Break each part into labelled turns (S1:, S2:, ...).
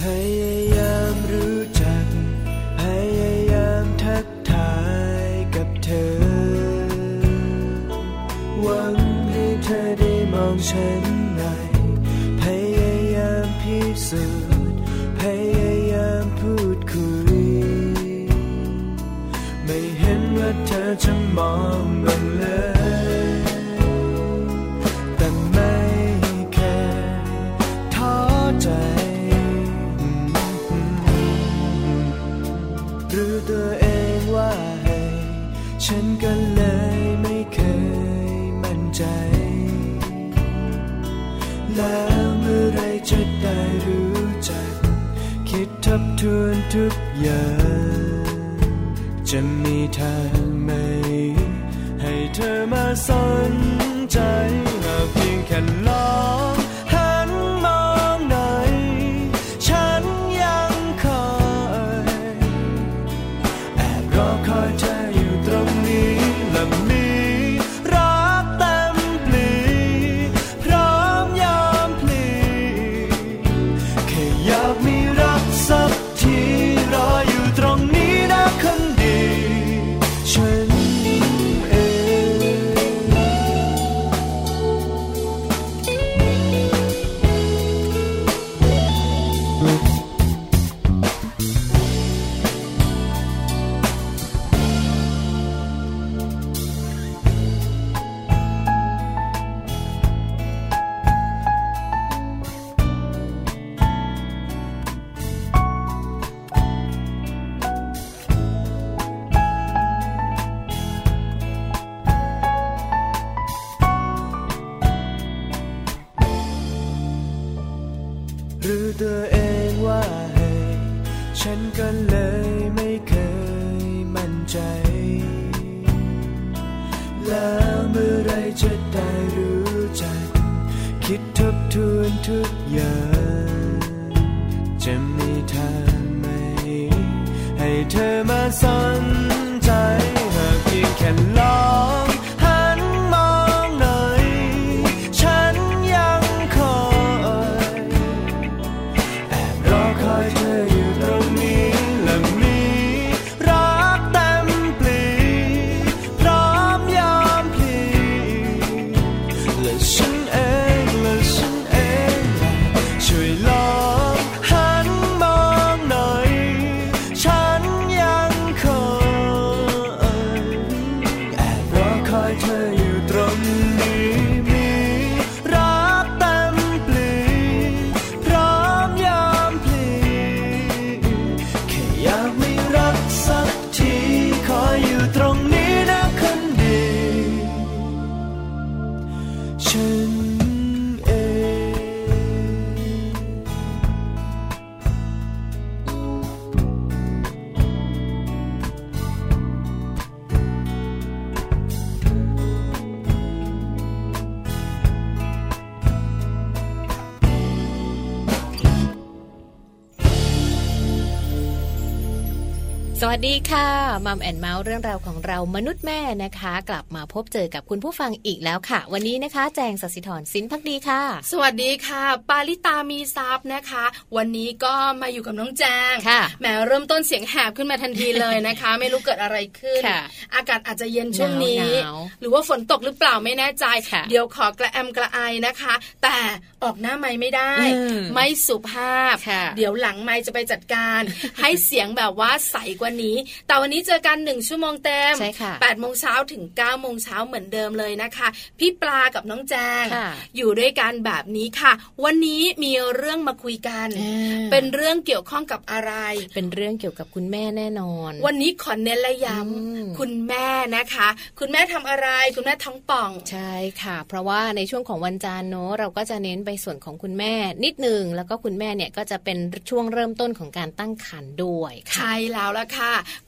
S1: พยายามรู้จัก พยายามทักทายกับเธอ หวังให้เธอได้มองฉันหน่อยพยายามพิสูจน์ พยายามพูดคุย ไม่เห็นว่าเธอจะมองบ้างเลย แต่ไม่แค่ท้อใจ หรือตัวเองว่าให้ฉันก็เลยไม่เคยมั่นใจ แล้วเมื่อไรจะได้รู้จัก คิดทบทวนทุกอย่าง จะมีทางไหม ให้เธอมาสนใจหากเพียงแค่ลองหันมองหน่อย ฉันยังคอย แอบรอคอยเธออยู่ตรงนี้และมีรักเต็มปลีพร้อมยอมพลีแค่อยากมีรักสักทีรออยู่ตรงนี้นะคนดี ฉันเอง หรือตัวเองว่าให้ฉันก็เลยไม่เคยมั่นใจ แล้วเมื่อไรจะได้รู้จัก คิดทบทวนทุกอย่าง จะมีทางไหม ให้เธอมาสนใจหากเพียงแค่ลองหันมองหน่อย ฉันยังคอย แอบรอคอยเธออยู่ตรงนี้และมีรักเต็มปลีพร้อมยอมพลีและฉันเองและฉันเองช่วยลองหันมองหน่อย ฉันยังคอยแอบรอคอยเธออยู่ตรงนี้มีรักเต็มปลี พร้อมยอมพลีแค่อยากไม่รักสักที ขออยู่ตรงนี้นะคนดี ฉันเอง
S2: สวัสดีค่ะมัมแอนเมาส์เรื่องราวของเรามนุษย์แม่นะคะ กลับมาพบเจอกับคุณผู้ฟังอีกแล้วค่ะ วันนี้นะคะ แจงสศิธรสินพักดีค่ะ
S3: สวัสดีค่ะ ปาลิตามีซับนะคะ วันนี้ก็มาอยู่กับน้องแจง
S2: ค่ะ
S3: แหมเริ่มต้นเสียงแหบขึ้นมาทันทีเลยนะคะ ไม่รู้เกิดอะไรขึ้น
S2: ค่ะ
S3: อากาศอาจจะเย็นช่วงนี้
S2: หนาว
S3: หรือว่าฝนตกหรือเปล่าไม่แน่ใจ
S2: ค่ะ
S3: เดี๋ยวขอกระแอมกระไอนะคะ แต่ออกหน้าไม้ไม่ได้
S2: อืม
S3: ไม่สุภาพ
S2: ค่ะ
S3: เดี๋ยวหลังไม้จะไปจัดการ ให้เสียงแบบว่าใสกว่า วันนี้ แต่วันนี้เจอกันหนึ่งชั่วโมงเต็ม
S2: ใช่ค่ะ
S3: แปดโมงเช้าถึง9ก้าโมงเช้าเหมือนเดิมเลยนะคะ พี่ปลากับน้องแจง
S2: ค่ะ
S3: อยู่ด้วยกันแบบนี้ค่ะ วันนี้มีเรื่องมาคุยกัน เป็นเรื่องเกี่ยวข้องกับอะไร
S2: เป็นเรื่องเกี่ยวกับคุณแม่แน่นอน
S3: วันนี้ขอเน้นและย้
S2: อืม
S3: ำคุณแม่นะคะ คุณแม่ทำอะไร คุณแม่ท้องป่อง
S2: ใช่ค่ะ เพราะว่าในช่วงของวันจันทร์เนอะเราก็จะเน้นไปส่วนของคุณแม่นิดหนึ่งแล้วก็คุณแม่เนี่ยก็จะเป็นช่วงเริ่มต้นของการตั้งครรภ์ด้วยค่ะ
S3: ใช่แล้วล่ะค่ะ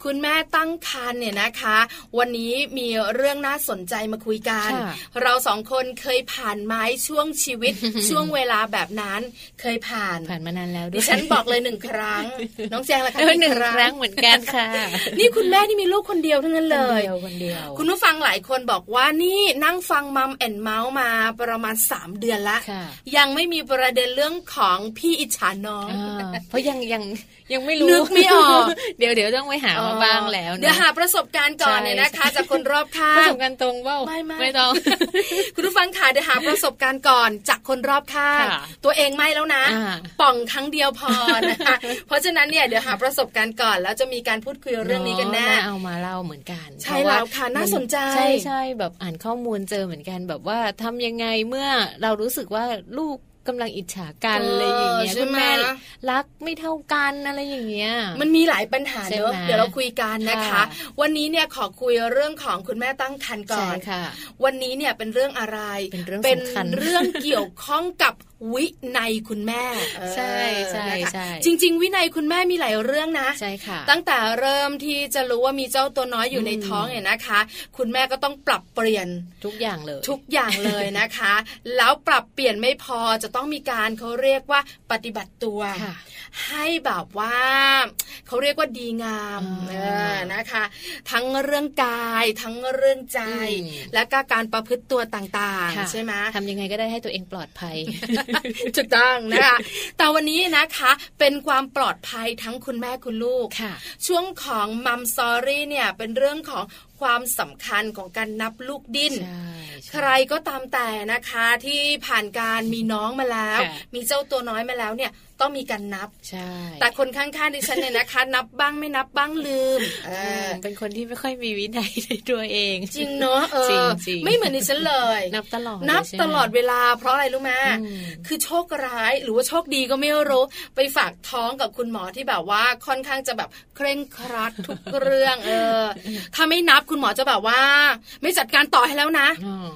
S3: คุณแม่ตั้งครรภ์เนี่ยนะคะ วันนี้มีเรื่องน่าสนใจมาคุยกัน
S2: ค่ะ
S3: เราสองคนเคยผ่านไหมช่วงชี วิต ช่วงเวลาแบบนั้นเคยผ่าน
S2: ผ่านมานานแล้วด้
S3: ดิ
S2: วย
S3: ฉันบอกเลยหนึ่งครั้ง น้องแจงล่ะคะ
S2: เออหนึ่ง
S3: กี่
S2: ครั้งเหมือนกันค่ะ
S3: นี่คุณแม่นี่มีลูกคนเดียวทั้งนั้นเล
S2: ค
S3: ย
S2: นเดียวคนเดียว
S3: คุณผู้ฟังหลายคนบอกว่านี่นั่งฟังมัมแอนเมาส์มาประมาณ 3 เดือนละ
S2: ค่ะ
S3: ยังไม่มีประเด็นเรื่องของพี่อิจฉาน้อง
S2: อ่าเพราะยังยังยังไม่รู้
S3: นึกไม่ออก
S2: เดี๋ยวเดี๋ยวต้องไปหามาบ้างแล้ว
S3: เดี๋ยว
S2: นะ
S3: หาประสบการณ์ก่อน
S2: ใช่
S3: เนี่ยนะคะจากคนรอบข้า
S2: ประ
S3: ง
S2: สบการณ์ตรงเปล่า
S3: ไม่ไม่
S2: ไม่ต้อง
S3: คุณผู้ฟังค่ะเดี๋ยวหาประสบการณ์ก่อนจากคนรอบข้าง
S2: ค่ะ
S3: ตัวเองไม่แล้วนะ
S2: อ่า
S3: ป่องครั้งเดียวพอนะคะ เพราะฉะนั้นเนี่ยเดี๋ยวหาประสบการณ์ก่อน แล้วจะมีการพูดคุยเรื่องนี้กันแน่
S2: าเอามาเล่าเหมือนกัน
S3: ใช่
S2: เพราะา
S3: แล้วค่ะน่าสนใจ
S2: ใช่ใช่แบบอ่านข้อมูลเจอเหมือนกันแบบว่าทำยังไงเมื่อเรารู้สึกว่าลูกกำลังอิจฉากันอะไรอย่างเงี้ย
S3: ใช่
S2: คุณ
S3: ไหม
S2: แม่รักไม่เท่ากันอะไรอย่างเงี้ย
S3: มันมีหลายปัญหา
S2: ใช่
S3: เน
S2: ไหม
S3: อะเดี๋ยวเราคุยกันนะคะ
S2: ค่ะ
S3: วันนี้เนี่ยขอคุยเรื่องของคุณแม่ตั้งครรภ์ก่
S2: ใช่
S3: อน
S2: ค่ะ
S3: วันนี้เนี่ยเป็นเรื่องอะไร
S2: เป็นเรื่องสำคัญ
S3: เรื่องเกี่ยวข้องกับวินัยคุณแม่เออ
S2: ใช่ใช่
S3: นะคะ
S2: ใช่
S3: จริง ๆ วินัยคุณแม่มีหลายเรื่องนะ
S2: ใช่ค่ะ
S3: ตั้งแต่เริ่มที่จะรู้ว่ามีเจ้าตัวน้อยอยู่ใน
S2: อืม
S3: ท้องเนี่ยนะคะ คุณแม่ก็ต้องปรับเปลี่ยน
S2: ทุกอย่างเลย
S3: ทุกอย่างเลยนะคะ แล้วปรับเปลี่ยนไม่พอจะต้องมีการเขาเรียกว่าปฏิบัติตัว
S2: ค่ะ
S3: ให้แบบว่าเขาเรียกว่าดีงาม
S2: อ่า
S3: เออนะคะ ทั้งเรื่องกายทั้งเรื่องใจ
S2: อืม
S3: และก็การประพฤติตัวต่าง
S2: ค่ะ
S3: ๆ ใช่ไหม
S2: ทำยังไงก็ได้ให้ตัวเองปลอดภัย
S3: ถูกต้องนะคะแต่วันนี้นะคะเป็นความปลอดภัยทั้งคุณแม่คุณลูก
S2: ค่ะ
S3: ช่วงของมัมซอรี่เนี่ยเป็นเรื่องของความสำคัญของการนับลูกดิ้น
S2: ใช่
S3: ใค
S2: ใช่
S3: รก็ตามแต่นะคะที่ผ่านการมีน้องมาแล้ว
S2: ค่ะ
S3: มีเจ้าตัวน้อยมาแล้วเนี่ยต้องมีการนับ
S2: ใช่
S3: แต่คนข้างๆดิฉันเนี่ยนะคะ นับบ้างไม่นับบ้างลืมเอ
S2: เอ
S3: อ
S2: อเป็นคนที่ไม่ค่อยมีวินัยในตัวเอง
S3: จริงเนาะเอ
S2: จริ
S3: อง
S2: จริง
S3: ไม่เหมือนดิฉันเลย
S2: นับตลอด
S3: นับ
S2: เลยใช่ไหม
S3: ตลอดเวลาเพราะอะไรรู้ไหม
S2: อืม
S3: คือโชคร้ายหรือว่าโชคดีก็ไม่รู้ ไปฝากท้องกับคุณหมอที่แบบว่าค่อนข้างจะแบบเคร่งครัดทุกเรื่อง เออ ถ้าไม่นับคุณหมอจะแบบว่า ไม่จัดการต่อให้แล้วนะ
S2: อ๋อ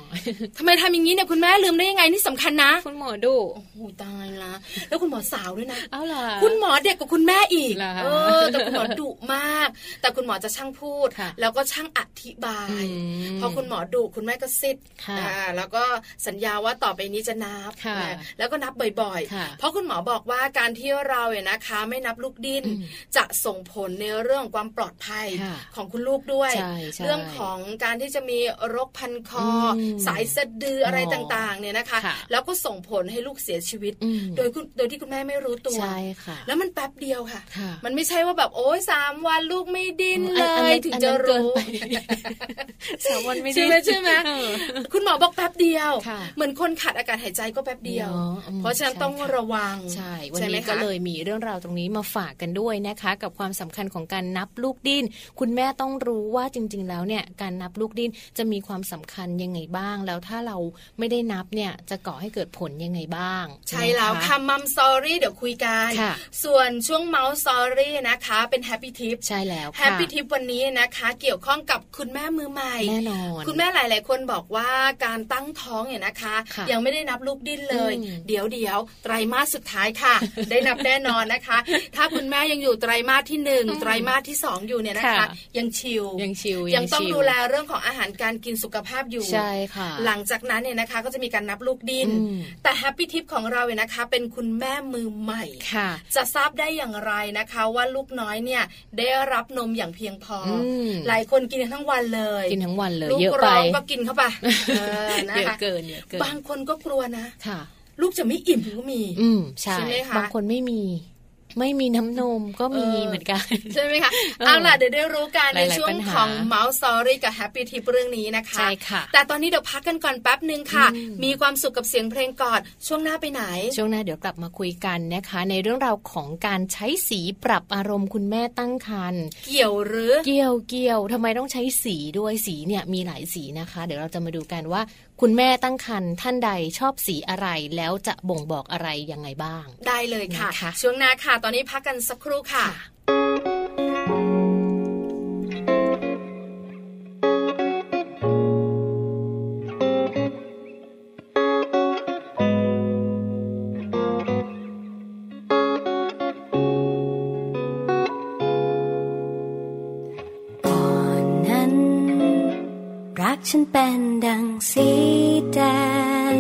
S3: ทำไมทำอย่างนี้เนี่ยคุณแม่ลืมได้ยังไงนี่สำคัญนะ
S2: คุณหมอดู
S3: โอ้โหตายละแล้วคุณหมอสาวด้วยนะ
S2: เอาล่ะ
S3: คุณหมอเด็กกว่าคุณแม่อีก
S2: เหรอคะ
S3: เออ แต่คุณหมอดุมาก แต่คุณหมอจะช่างพูด
S2: ค่ะ
S3: แล้วก็ช่างอธิบาย
S2: อืม
S3: พอคุณหมอดุคุณแม่ก็ซิด
S2: ค่ะ
S3: อ่าแล้วก็สัญญาว่าต่อไปนี้จะนับ
S2: ค่ะ
S3: นะแล้วก็นับบ่อย
S2: ค่ะ
S3: ๆ เพราะคุณหมอบอกว่าการที่เราเนี่ยนะคะ ไม่นับลูกดิ้น
S2: อืม
S3: จะส่งผลในเรื่องของความปลอดภัย
S2: ค่ะ
S3: ของคุณลูกด้วย
S2: ใช่ใช่
S3: เรื่องของการที่จะมีโรคพันคออ
S2: ม
S3: สายสะดืออะไรต่างๆ เนี่ยนะคะ
S2: ค่ะ
S3: แล้วก็ส่งผลให้ลูกเสียชีวิต
S2: อืม
S3: โดยคุณโดยที่คุณแม่ไม่รู้ตัว
S2: ใช่ค่ะ
S3: แล้วมันแป๊บเดียวค่ะ
S2: ค่ะ
S3: มันไม่ใช่ว่าแบบโอ้ยสามวันลูกไม่ดิ้น
S2: อ๋ออั
S3: เล
S2: นอัน
S3: ย
S2: นั้น
S3: ถึง
S2: อัน
S3: จะ
S2: นั้นเกิน
S3: รู้
S2: ไป สามวันไม่
S3: ใช่
S2: ได้
S3: ไหมใช่ไหม
S2: เออ
S3: คุณหมอบอกแป๊บเดียว
S2: ค่ะ
S3: เหมือนคนขาดอากาศหายใจก็แป๊บเดียว
S2: เนาะอืม
S3: เพราะฉะนั้น
S2: ใช่
S3: ต้อง
S2: ค่ะ
S3: ระวัง
S2: ใช่ วัน
S3: ไหม
S2: นี้ก็
S3: คะ
S2: เลยมีเรื่องราวตรงนี้มาฝากกันด้วยนะคะ กับความสำคัญของการนับลูกดิ้น คุณแม่ต้องรู้ว่าจริง ๆ แล้วเนี่ยการนับลูกดิ้นจะมีความสำคัญยังไงบ้าง แล้วถ้าเราไม่ได้นับเนี่ยจะก่อให้เกิดผลยังไงบ้าง
S3: ใช่แล้วค่ะมัมซอรี่เดี๋ยวคุยกัน
S2: ค่ะ
S3: ส่วนช่วงเมาส์ซอรี่นะคะ เป็นแฮปปี้ทิป
S2: ใช่แล้ว
S3: แฮ
S2: ค่ะ
S3: ปปี้ทิปวันนี้นะคะ เกี่ยวข้องกับคุณแม่มือใหม่
S2: แน่นอน
S3: คุณแม่หลาย ๆ คนบอกว่าการตั้งท้องเนี่ยนะคะ
S2: ค่ะ
S3: ยังไม่ได้นับลูกดิ้นเลย
S2: อืม
S3: เดี๋ยวเดี๋ยวไตรมาสสุดท้าย ค่ะ ได้นับแน่นอนนะคะ ถ้าคุณแม่ยังอยู่ไตรมาสที่หนึ่งไตรมาสที่สองอยู่เนี่ยนะคะ
S2: ค่ะ
S3: ยังชิล
S2: ยังชิว
S3: ยังต้อง
S2: ชิว
S3: ดูแลเรื่องของอาหารการกินสุขภาพอยู่
S2: ใช่ค่ะ
S3: หลังจากนั้นเนี่ยนะคะก็จะมีการนับลูกดิ้น
S2: อืม
S3: แต่แฮปปี้ทิปของเราเนี่ยนะคะ เป็นคุณแม่มือใหม่
S2: ค่ะ
S3: จะทราบได้อย่างไรนะคะ ว่าลูกน้อยเนี่ยได้รับนมอย่างเพียงพออ
S2: ม
S3: หลายคนกินกันทั้งวันเลย
S2: กินทั้งวันเลย
S3: ลูก
S2: เยอะไป
S3: ร้องก็กินเข้าไปเออนะ
S2: เยอะ
S3: คะ
S2: เกินเยอะเกิน
S3: บางคนก็กลัวนะ
S2: ค่ะ
S3: ลูกจะไม่อิ่มก็มี
S2: อืมใช่
S3: ใช่ไหมคะ
S2: บางคนไม่มี ไม่มีน้ำนมก็มี
S3: เออ
S2: เหมือนกัน
S3: ใช่ไหมคะ
S2: เออ
S3: เอาล่ะเดี๋ยวได้รู้กัน
S2: ห
S3: ใน
S2: ลายๆ
S3: ช่ว
S2: ปั
S3: ง
S2: ญหา
S3: ของ Mouse Story กับ Happy Tip เรื่องนี้นะคะ
S2: ใช่ค่ะ
S3: แต่ตอนนี้เดี๋ยวพักกันก่อนแป๊บหนึ่งค่ะ
S2: อืม
S3: มีความสุขกับเสียงเพลงก่อนช่วงหน้าไปไหน
S2: ช่วงหน้าเดี๋ยวกลับมาคุยกันนะคะ ในเรื่องราวของการใช้สีปรับอารมณ์คุณแม่ตั้งครรภ์
S3: เกี่ยวหรือ
S2: เกี่ยวเกี่ยวทำไมต้องใช้สีด้วยสีเนี่ยมีหลายสีนะคะ เดี๋ยวเราจะมาดูกันว่า คุณแม่ตั้งครรภ์ท่านใดชอบสีอะไร แล้วจะบ่งบอกอะไรยังไงบ้าง
S3: ได้เลยค่ะ
S2: นะคะ
S3: ช่วงหน้าค่ะ ตอนนี้พักกันสักครู่ค่ะ
S4: ก่อนนั้น รักฉันเป็นดังสีแดง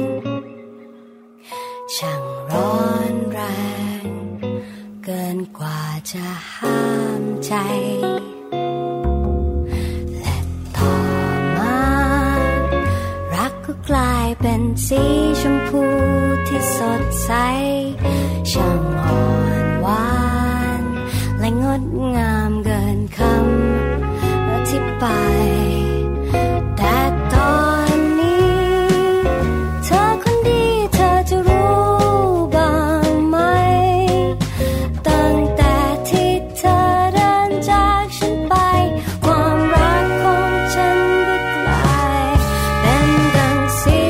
S4: ช่างร้อนแรง เกินกว่าจะห้ามใจ และต่อมา รักก็กลายเป็นสีชมพูที่สดใส ช่างอ่อนหวาน และงดงามเกินคำ อธิบายแต่ตอนนี้ เธอคนดีเธอจะรู้บ้างไหม ตั้งแต่ที่เธอเดินจากฉันไป ความรักของฉันก็กลายเป็นดังสี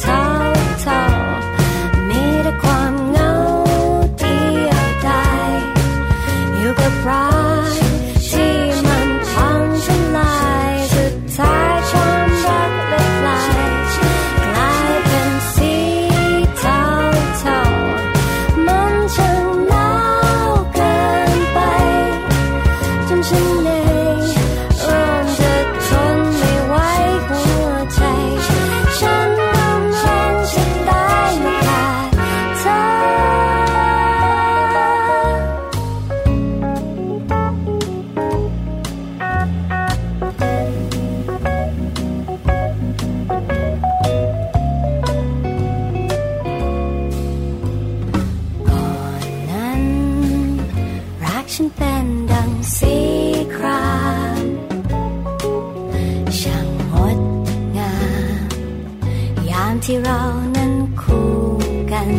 S4: เทาเทาๆมีแต่ความเหงาเดียวดาย อยู่กับรักที่มันพังทลายสุดท้ายความรักละลายกลายเป็นสีเทาเทาๆมันช่างหนาวเกินไป จนฉันเองเริ่มจะทนไม่ไหวหัวใจ ฉันกำลังจะตายไม่ขาดเธอ ก่อนนั้น รักฉันเป็นดังสีครามช่างงดงาม ยามที่เรานั้นคู่กัน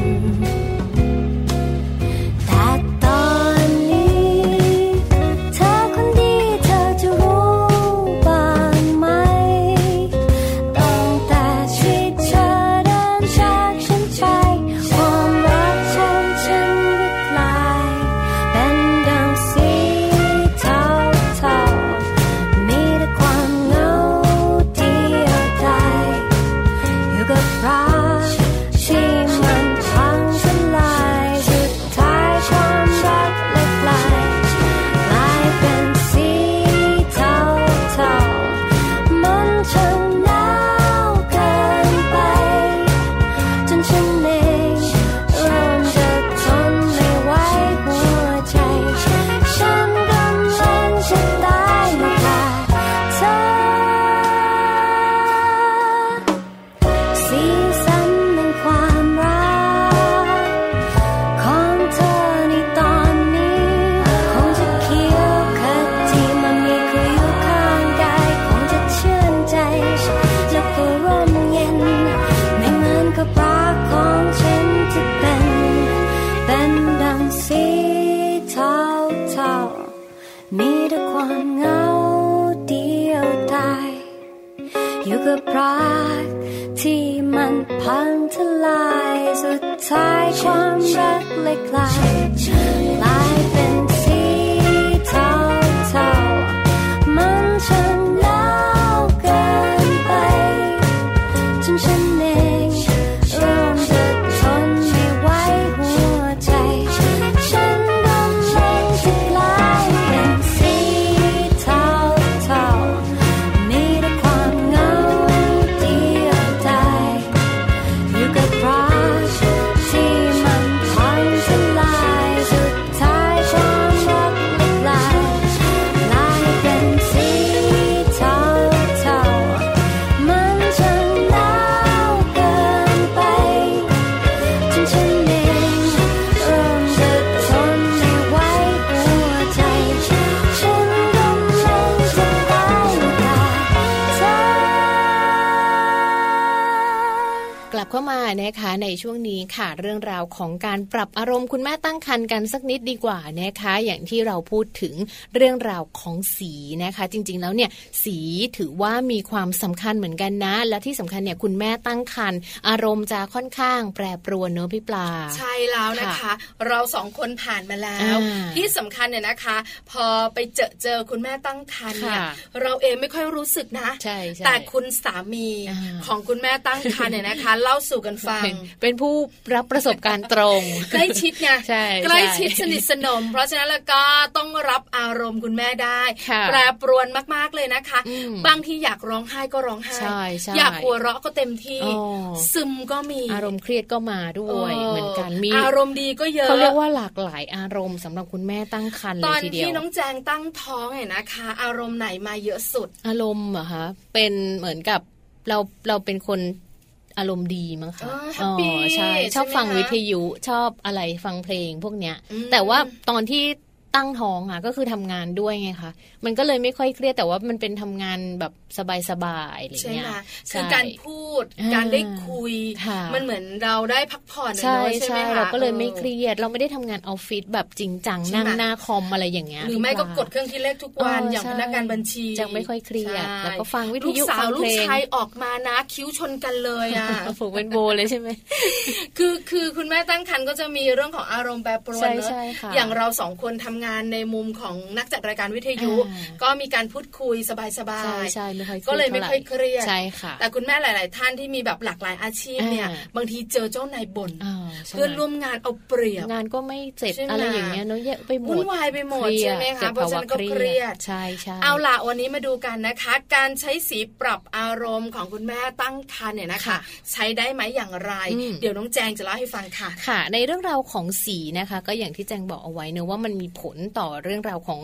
S4: แต่ตอนนี้ เธอคนดีเธอจะรู้บ้างไหม ตั้งแต่ชีวิตเธอเดินจากฉันไปความรักฉันฉันก็กลายเป็นดังสีเทาเทาๆมีแต่ความเหงาเดียวดาย อยู่กับรักที่มันพังทลายสุดท้ายความรักละลายกลายเป็นสีเทาเทาๆมันช่างหนาวเกินไป จนฉันเองเริ่มจะทนไม่ไหวหัวใจ ฉันกำลังจะตายมาจากเธอ สีสันแห่งความรัก ของเธอในตอนนี้ คงจะเคี้ยวคัดที่มันมีเกลียวข้างกายคงจะชื่นใจและก็ร่มเย็น ไม่เหมือนกับปากของฉันที่เป็น เป็นดังสีเทาเทาๆมีแต่ความเหงาเดียวดาย อยู่กับรักที่มันพังทลายสุดท้ายความรักเลยกลายกลายเป็นสีเทาเทาๆมันช่างหนาวเกินไป จนฉันเองเริ่มจะทนไม่ไหวหัวใจ ฉันกำลังจะกลายเป็นสีเทาเทาๆมีแต่ความเหงาเดียวดายอยู่กับรักที่มันพังทลายสุดท้าย
S2: มานะคะในช่วงนี้ค่ะ เรื่องราวของการปรับอารมณ์คุณแม่ตั้งครรภ์กันสักนิดดีกว่านะคะ อย่างที่เราพูดถึงเรื่องราวของสีนะคะ จริงๆแล้วเนี่ยสีถือว่ามีความสำคัญเหมือนกันนะ และที่สำคัญเนี่ยคุณแม่ตั้งครรภ์อารมณ์จะค่อนข้างแปรปรวนเนอะพี่ปลา
S3: ใช่แล้วนะคะ เราสองคนผ่านมาแล้ว
S2: อ่า
S3: ที่สำคัญเนี่ยนะคะ พอไปเจอเจอคุณแม่ตั้งครรภ์เนี่ย
S2: ค่ะ
S3: เราเองไม่ค่อยรู้สึกนะ
S2: ใช่ใช่
S3: แต่คุณสามี
S2: อ่า
S3: ของคุณแม่ตั้งครรภ์เนี่ยนะคะ เล่าสู่กันฟัง
S2: เป็นเป็นผู้รับประสบการณ์ตรง
S3: ใกล้ชิดไง
S2: ใช่
S3: ใกล้ชิด
S2: ใช่
S3: สนิทสนม เพราะฉะนั้นแล้วก็ต้องรับอารมณ์คุณแม่ได้
S2: ค่ะ
S3: แปรปรวนมากๆเลยนะคะ
S2: อืม
S3: บางทีอยากร้องไห้ก็ร้องไห้
S2: ใช่ใช่
S3: อยากหัวเราะก็เต็มที่
S2: อ๋อ
S3: ซึมก็มี
S2: อารมณ์เครียดก็มาด้วยเหมือนกันมี
S3: อารมณ์ดีก็เยอะ
S2: เขาเรียกว่าหลากหลายอารมณ์สำหรับคุณแม่ตั้งครรภ์เล
S3: ตอย น
S2: ทีเดีย
S3: ที่
S2: ว
S3: น้องแจงตั้งท้องเนี่ยนะคะ อารมณ์ไหนมาเยอะสุด
S2: อารมณ์เหรอคะเป็นเหมือนกับเราเราเป็นคนอารมณ์ดีมั้งคะ
S3: เออ happy
S2: อ๋อใช่
S3: ใช่ไหม
S2: ชอบฟัง
S3: คะ
S2: วิทยุชอบอะไรฟังเพลงพวกเนี้ย
S3: อืม
S2: แต่ว่าตอนที่ตั้งท้องอ่ะก็คือทำงานด้วยไงคะมันก็เลยไม่ค่อยเครียดแต่ว่ามันเป็นทำงานแบบสบายๆอะไร
S3: ใช่
S2: เงี้
S3: ไห
S2: ย
S3: มคือ
S2: ใช่
S3: การพูด
S2: อ่า
S3: การได้คุย
S2: ค่ะ
S3: มันเหมือนเราได้พักผ่อนอะ
S2: ใช่
S3: เนอะใช่ไห
S2: ใช่
S3: มคะ
S2: เราก็เลยไม่
S3: ออ
S2: เครียด เราไม่ได้ทำงานออฟฟิศแบบจริงจัง
S3: ใช่
S2: นั่ง
S3: ไหม
S2: หน้าคอมอะไรอย่างเงี้ย
S3: หรือไม่
S2: พี่
S3: ก็
S2: ปลา
S3: กดเครื่องคิดเลขทุกวัน
S2: เออ
S3: อย่าง
S2: ใช่
S3: พนักงานบัญชี
S2: จังไม่ค่อยเครียด
S3: ใช่
S2: แล้วก็ฟังวิท
S3: ลูก
S2: ยุ
S3: สา
S2: ฟั
S3: ว
S2: ง
S3: ลู
S2: เพล
S3: ก
S2: ง
S3: ชายออกมานะ คิ้วชนกันเลย อ่ะ
S2: ฝูกเป็นโบเลยใช่ไหม
S3: คือคือคุณแม่ตั้งครรภ์ก็จะมีเรื่องของอารมณ์แปรปรวน
S2: ใช่
S3: เนอะ
S2: ใช่ค่ะ
S3: อย่างเราสองคนทำงานในมุมของนักจัดรายการวิทยุ
S2: อ่า
S3: ก็มีการพูดคุยสบา
S2: ใช่
S3: ย
S2: ใช่ไม่ค่อย
S3: ๆก็เลยไม่ค่อยเครียด
S2: ใช่ค่ะ
S3: แต่คุณแม่หลาย ๆ ท่านที่มีแบบหลากหลายอาชีพเนี่ย
S2: อ่า
S3: บางทีเจอเจ้านายบ่น
S2: อ่าใช่
S3: เพื่อนร่วมงานเอาเปรียบ
S2: งานก็ไม่เสร็จ
S3: ใช่ไหม
S2: อะไรอย่างเงี้ยเนอะเยอะไปหมด
S3: วุ่นวายไปหมดใช่ไหม
S2: เกิ
S3: คะ
S2: ด
S3: เพราะ
S2: ภา
S3: ฉะ
S2: วะ
S3: นั้นก็
S2: เค
S3: เค
S2: รี
S3: รี
S2: ย
S3: ย
S2: ด
S3: ด
S2: ใช่ใช่
S3: เอาล่ะวันนี้มาดูกันนะคะ การใช้สีปรับอารมณ์ของคุณแม่ตั้งครรภ์เนี่ยนะคะ
S2: ค่ะ
S3: ใช้ได้ไหมอย่างไร
S2: อืม
S3: เดี๋ยวน้องแจงจะเล่าให้ฟังค่ะ
S2: ค่ะในเรื่องราวของสีนะคะ ก็อย่างที่แจงบอกเอาไว้เนอะว่ามันมีผลต่อเรื่องราวของ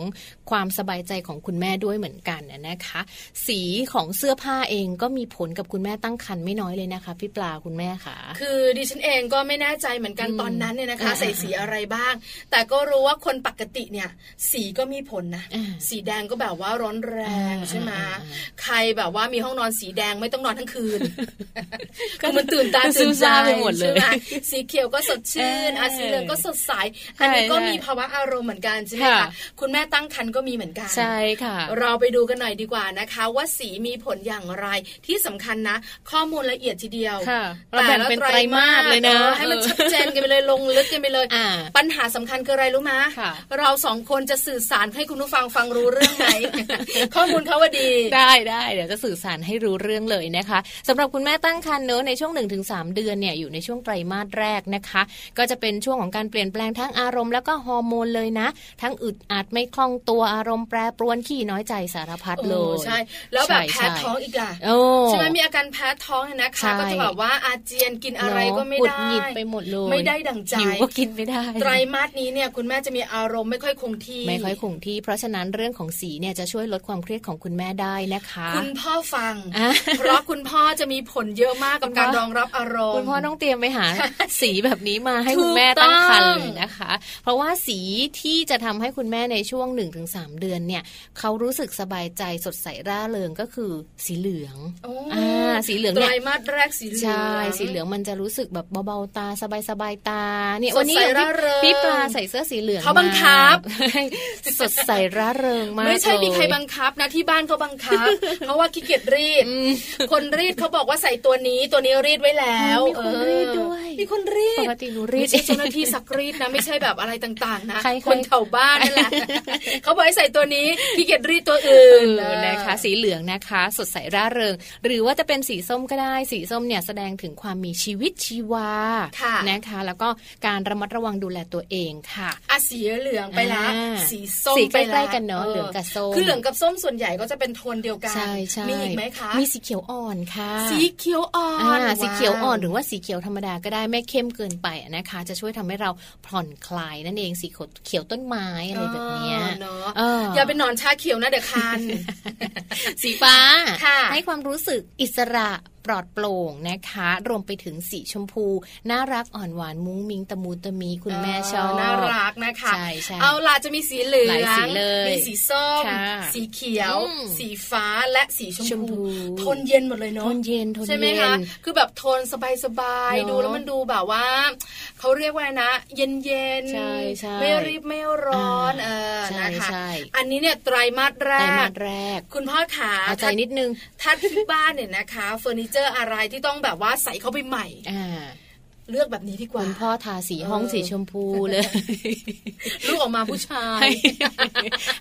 S2: ความสบายใจของคุณแม่ด้วยเหมือนกันน่ะนะคะ สีของเสื้อผ้าเองก็มีผลกับคุณแม่ตั้งครรภ์ไม่น้อยเลยนะคะพี่ปลาคุณแม่ค่ะ
S3: คือดิฉันเองก็ไม่แน่ใจเหมือนกัน
S2: อืม
S3: ตอนนั้นเนี่ยนะคะ
S2: อ่า
S3: ใส่สีอะไรบ้าง แต่ก็รู้ว่าคนปกติเนี่ย สีก็มีผลนะ
S2: อ่า
S3: สีแดงก็แบบว่าร้อนแรง
S2: อ่า
S3: ใช่ไหม
S2: อ่าอ่
S3: ใครแบบว่ามีห้องนอนสีแดงไม่ต้องนอนทั้งคื นคือมันตื่นตา
S2: ซึ
S3: ตื่
S2: ม
S3: นใจ
S2: ซาไปหมดเลย
S3: ใช่ไหมสีเขียวก็สดชื่น
S2: เอออ่
S3: อ่ะสีเหลืองก็สดใสอันนี้ก็
S2: ใช่
S3: มีภาวะอารมณ์เหมือนกันใช่ไหม
S2: ค่ะ
S3: คะคุณแม่ตั้งครรภ์ก็มีเหมือนกัน
S2: ใช่ค่ะ
S3: เราไปดูกันหน่อยดีกว่านะคะ ว่าสีมีผลอย่างไรที่สำคัญนะ ข้อมูลละเอียดทีเดียว
S2: ค่ะเราแบ่งเป็นไตรมาสเลยนะ
S3: ออให้มัน
S2: เออ
S3: ชัดเจนกันไปเลยลงลึกกันไปเลย
S2: อ่า
S3: ปัญหาสำคัญคืออะไรรู้ไหม
S2: ค่ะ
S3: เราสองคนจะสื่อสารให้คุณผู้ฟังฟังรู้เรื่องไหน ข้อมูลเขาว่าดี
S2: ได้ได้เดี๋ยวจะสื่อสารให้รู้เรื่องเลยนะคะสำหรับคุณแม่ตั้งครรภ์เนอะในช่วง 1-3 เดือนเนี่ยอยู่ในช่วงไตรมาสแรกนะคะ ก็จะเป็นช่วงของการเปลี่ยนแปลงทั้งอารมณ์แล้วก็ฮอร์โมนเลยนะ ทั้งอึดอัดไม่คล่องตัวอารมณ์แปรปรวนขี้น้อยใจสารพัดเลย
S3: โอ้ใช่ แล้วแบบ
S2: ใช่
S3: แพ้
S2: ใช่
S3: ท้องอีกล่ะ
S2: โอ้
S3: ใช่ไหมมีอาการแพ้ท้องเนี่ยนะคะ
S2: ใช่
S3: ก็จะแบบว่าอาเจียนกินอะไรก็ไม่
S2: หงุด
S3: ได้
S2: หงิดไปหมดเลย
S3: ไม่ได้ดั่งใจ
S2: หิวก็กินไม่ได้
S3: ไตรมาสนี้เนี่ยคุณแม่จะมีอารมณ์ไม่ค่อยคงที่
S2: ไม่ค่อยคงที่ เพราะฉะนั้นเรื่องของสีเนี่ยจะช่วยลดความเครียดของคุณแม่ได้นะคะ
S3: คุณพ่อฟัง
S2: อ่ะ
S3: เพราะคุณพ่อจะมีผลเยอะมากกับ
S2: คุณพ่อ
S3: การรองรับอารมณ์
S2: คุณพ่อต้องเตรียมไปหา สีแบบนี้มาให้
S3: ถู
S2: คุ
S3: ก
S2: ณแม่ตั้งครรภ์
S3: ต้อง
S2: เลยนะคะ เพราะว่าสีที่จะทำให้คุณแม่ในช่วง 1-3 เดือนเนี่ยเขารู้สึกสบายใจสดใสร่าเริงก็คือสีเหลือง
S3: โอ้
S2: อ่าสีเหลือง
S3: ไต
S2: เนี่
S3: ร
S2: ย
S3: มาสแรกสีเหลือง
S2: ใช่สีเหลืองมันจะรู้สึกแบบเบาๆตาสบายสบายๆตาเนี่ย
S3: ส
S2: วัน
S3: ด
S2: นี้
S3: ใส
S2: อย่างที่
S3: ร่าเริง
S2: พี่ปลาใส่เสื้อสีเหลือง
S3: เขาบังคับ
S2: มา สดใสร่าเริงมาก
S3: ไม่ใช่มีใคร
S2: เลย
S3: บังคับนะที่บ้านเขาบังคับ เพราะว่าขี้เกียจรีด คนรีดเขาบอกว่าใส่ตัวนี้ตัวนี้รีดไว้แล้ว
S2: มีคนรีดด้วย
S3: เออมีคนรีด
S2: ปกติหนูรีด
S3: ไม่ใช่เจ้าหน้าที่สักรีดนะไม่ใช่แบบอะไรต่างๆ นะ
S2: ใครๆ
S3: นแถวบ้านนั่นแหละ เขาบอกให้ใส่ตัวนี้ขี้เกียจรีดตัวอื่น
S2: เออนะคะสีเหลืองนะคะ สดใสร่าเริง หรือว่าจะเป็นสีส้มก็ได้ สีส้มเนี่ยแสดงถึงความมีชีวิตชีวา
S3: ค่ะ
S2: นะคะ แล้วก็การระมัดระวังดูแลตัวเองค่ะ
S3: อ่ะสีเหลืองไปละ
S2: อ่า
S3: สีส้ม
S2: สี
S3: ไป
S2: ใกล้ๆ
S3: ละ
S2: กันเนอะเหลืองกับส้ม
S3: คือเหลืองกับส้มส่วนใหญ่ก็จะเป็นโทนเดียวกัน
S2: ใช่ใช่
S3: มีอีกไหมคะ
S2: มีสีเขียวอ่อนค่ะ
S3: สีเขียวอ่อน
S2: อ่า
S3: า
S2: สีเขียวอ่อนหรือว่าสีเขียวธรรมดาก็ได้ไม่เข้มเกินไปนะคะ จะช่วยทำให้เราผ่อนคลายนั่นเองสีเขียวต้นไม้อะไรแบบเนี้ย
S3: อ๋อเนอะ
S2: เ
S3: อย่าเป็นหนอนชาเขียวนะเดี๋ยวคัน
S2: สีฟ้า
S3: ค่ะ
S2: ให้ความรู้สึกอิสระ ปลอดโปร่งนะคะ รวมไปถึงสีชมพู น่ารักอ่อนหวานมุ้งมิงตะมูตะมีคุณแม่ชอบ
S3: เน่ารักนะคะ
S2: ใช่ใช่
S3: เอาล่ะจะมีสีเหลื
S2: หลาย
S3: อ
S2: สี
S3: ง
S2: เลย
S3: มีสีส้ม
S2: ค่ะ
S3: สีเขียว
S2: อืม
S3: สีฟ้าและสีช
S2: ช
S3: ม
S2: มพู
S3: พูโทนเย็นหมดเลย
S2: โท
S3: เนาะ
S2: นเย็นโทนเย็น
S3: ใช่ไหมคะคือแบบโทนสบายสบายๆ
S2: เนอะ
S3: ดูแล้วมันดูแบบว่าเขาเรียกว่าอะไรนะ เย็นเย็นๆ
S2: ใช่ใช่
S3: ไม่รีบไม่ร้อนเอ
S2: อ่า
S3: อ
S2: ใช่
S3: นะคะ
S2: ใช่
S3: อันนี้เนี่ยไตรมาสแร
S2: ไตรมาก สแรก
S3: คุณพ่อขา
S2: เอาใจนิดนึง
S3: ถ้าที่บ้านเนี่ยนะคะเฟอร์นิเจอร์อะไรที่ต้องแบบว่าใส่เข้าไปใหม่
S2: อ่า
S3: เลือกแบบนี้ดีกว่า
S2: คุณพ่อทาสีห้อง
S3: เออ
S2: สีชมพูเลย
S3: ลูกออกมาผู้ชาย
S2: ให้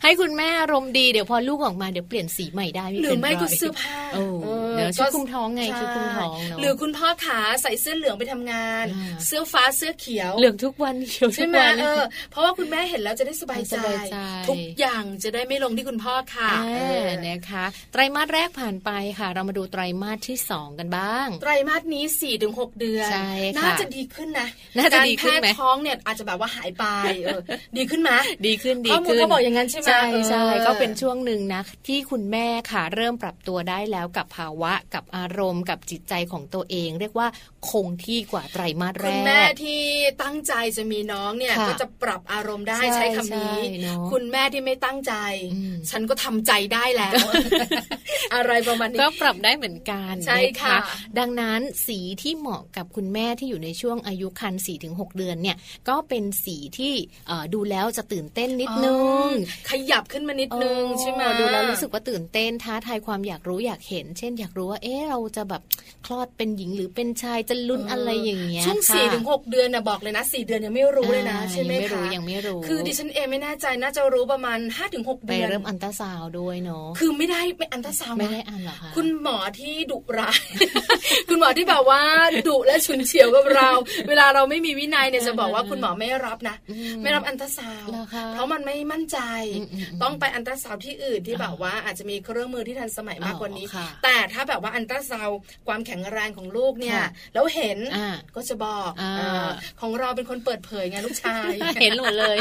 S2: ให้คุณแม่อารมณ์ดีเดี๋ยวพอลูกออกมาเดี๋ยวเปลี่ยนสีใหม่ได้ไม่
S3: หรื
S2: เป็
S3: อนไม่ก็
S2: ย
S3: เสื้อผ้า
S2: โอ้
S3: ออ
S2: เดี๋ยวชุด
S3: ก็
S2: คลุมท้องไง
S3: ใ
S2: ชุดคลุมท้องเนาะ
S3: หรือคุณพ่อขาใส่เสื้อเหลืองไปทำงาน
S2: อ่า
S3: เสื้อฟ้าเสื้อเขียว
S2: เหลืองทุกวันเขียวทุ
S3: ใช่
S2: ก
S3: ไหม
S2: วัน
S3: เออเพราะว่าคุณแม่เห็นแล้วจะได้สบายใจ
S2: สบายใจ
S3: ทุกอย่างจะได้ไม่ลงที่คุณพ่อค่ะ
S2: อ่า
S3: เออ
S2: นะคะไตรมาสแรกผ่านไปค่ะ เรามาดูไตรมาสที่สองกันบ้าง
S3: ไตรมาสนี้4ี่ถึงหเดือน
S2: ใช่ค่ะ
S3: น่าจะดีขึ้นนะ
S2: น่าจะ
S3: การ
S2: ดี
S3: แพ
S2: ขึ้น
S3: ทย์
S2: ไหม
S3: ท้องเนี่ยอาจจะแบบว่าหายไปเออดีขึ้นไหม
S2: ดีขึ้นดี
S3: ข้อมูล
S2: ขึ้น
S3: เขาบอกอย่างนั้นใช่ไหม
S2: ใช่
S3: เออ
S2: ใช่ก็เป็นช่วงหนึ่งนะ ที่คุณแม่ค่ะ เริ่มปรับตัวได้แล้วกับภาวะกับอารมณ์กับจิตใจของตัวเอง เรียกว่าคงที่กว่าไตรมาสแร
S3: คุณ
S2: ก
S3: แม่ที่ตั้งใจจะมีน้องเนี่ย
S2: ค่ะ
S3: ก็จะปรับอารมณ์ได้
S2: ใช่
S3: ใช้คำนี้
S2: ใช่เนอะ
S3: คุณแม่ที่ไม่ตั้งใจ
S2: อืม
S3: ฉันก็ทำใจได้แล้ว อะไรประมาณนี้
S2: ก็ปรับได้เหมือนกัน
S3: ใช่ค่ะ
S2: นดังนั้นสีที่เหมาะกับคุณแม่ที่อยู่ในช่วงอายุครรภ์4-6 เดือนเนี่ย ก็เป็นสีที่เอ่อดูแล้วจะตื่นเต้นนิดนึง
S3: ขยับขึ้นมานิดนึง
S2: เออ
S3: ใช่ไหม
S2: ดูแล้วรู้สึกว่าตื่นเต้นท้าทายความอยากรู้อยากเห็น เช่นอยากรู้ว่า เอ๊ะเราจะแบบคลอดเป็นหญิงหรือเป็นชายจะลุ้น
S3: เอออ
S2: อะไรอย่างเงี้ย
S3: ช่วง
S2: ค่ะ
S3: สี่ถึงหกเดือนนะบอกเลยนะสี่เดือนยังไม่รู้เลยนะ
S2: อ่า
S3: ใช่ไหม
S2: ยังไม่รู้
S3: คะ
S2: ยังไม่รู้
S3: คือดิฉันเองไม่แน่ใจน่าจะรู้ประมาณห้าถึงหก
S2: ไป
S3: เดือน
S2: เริ่มอันตราซาวด์ด้วยเนาะ
S3: คือไม่ได้ไม่อันตราซาวน์
S2: ไม่
S3: นะ
S2: ได้อันเหรอคะ
S3: คุณหมอที่ดุร้าย คุณหมอที่แบบว่าดุและฉุนเฉียวกับเรา เวลาเราไม่มีวินัยเนี่ยจะบอกว่าคุณหมอไม่รับนะ
S2: อืม
S3: ไม่รับอันตราซาวน์
S2: เหรอคะ
S3: เพราะมันไม่มั่นใจ
S2: อืมอืมอืม
S3: ต้องไปอันตราซาวน์ที่อื่นที่แบบว่าอาจจะมีเครื่องมือที่ทันสมัยมากกว่านี้
S2: อ๋อค่ะ
S3: แต่ถ้าแบบว่าอันตราซาวน์ความแข็งแรงของลูกเนี่ย
S2: ค่ะ
S3: แล้วเห็น
S2: อ่า
S3: ก็จะบอก
S2: อ่า
S3: เออของเราเป็นคนเปิดเผยไงลูกชาย
S2: เห็นหมดเลย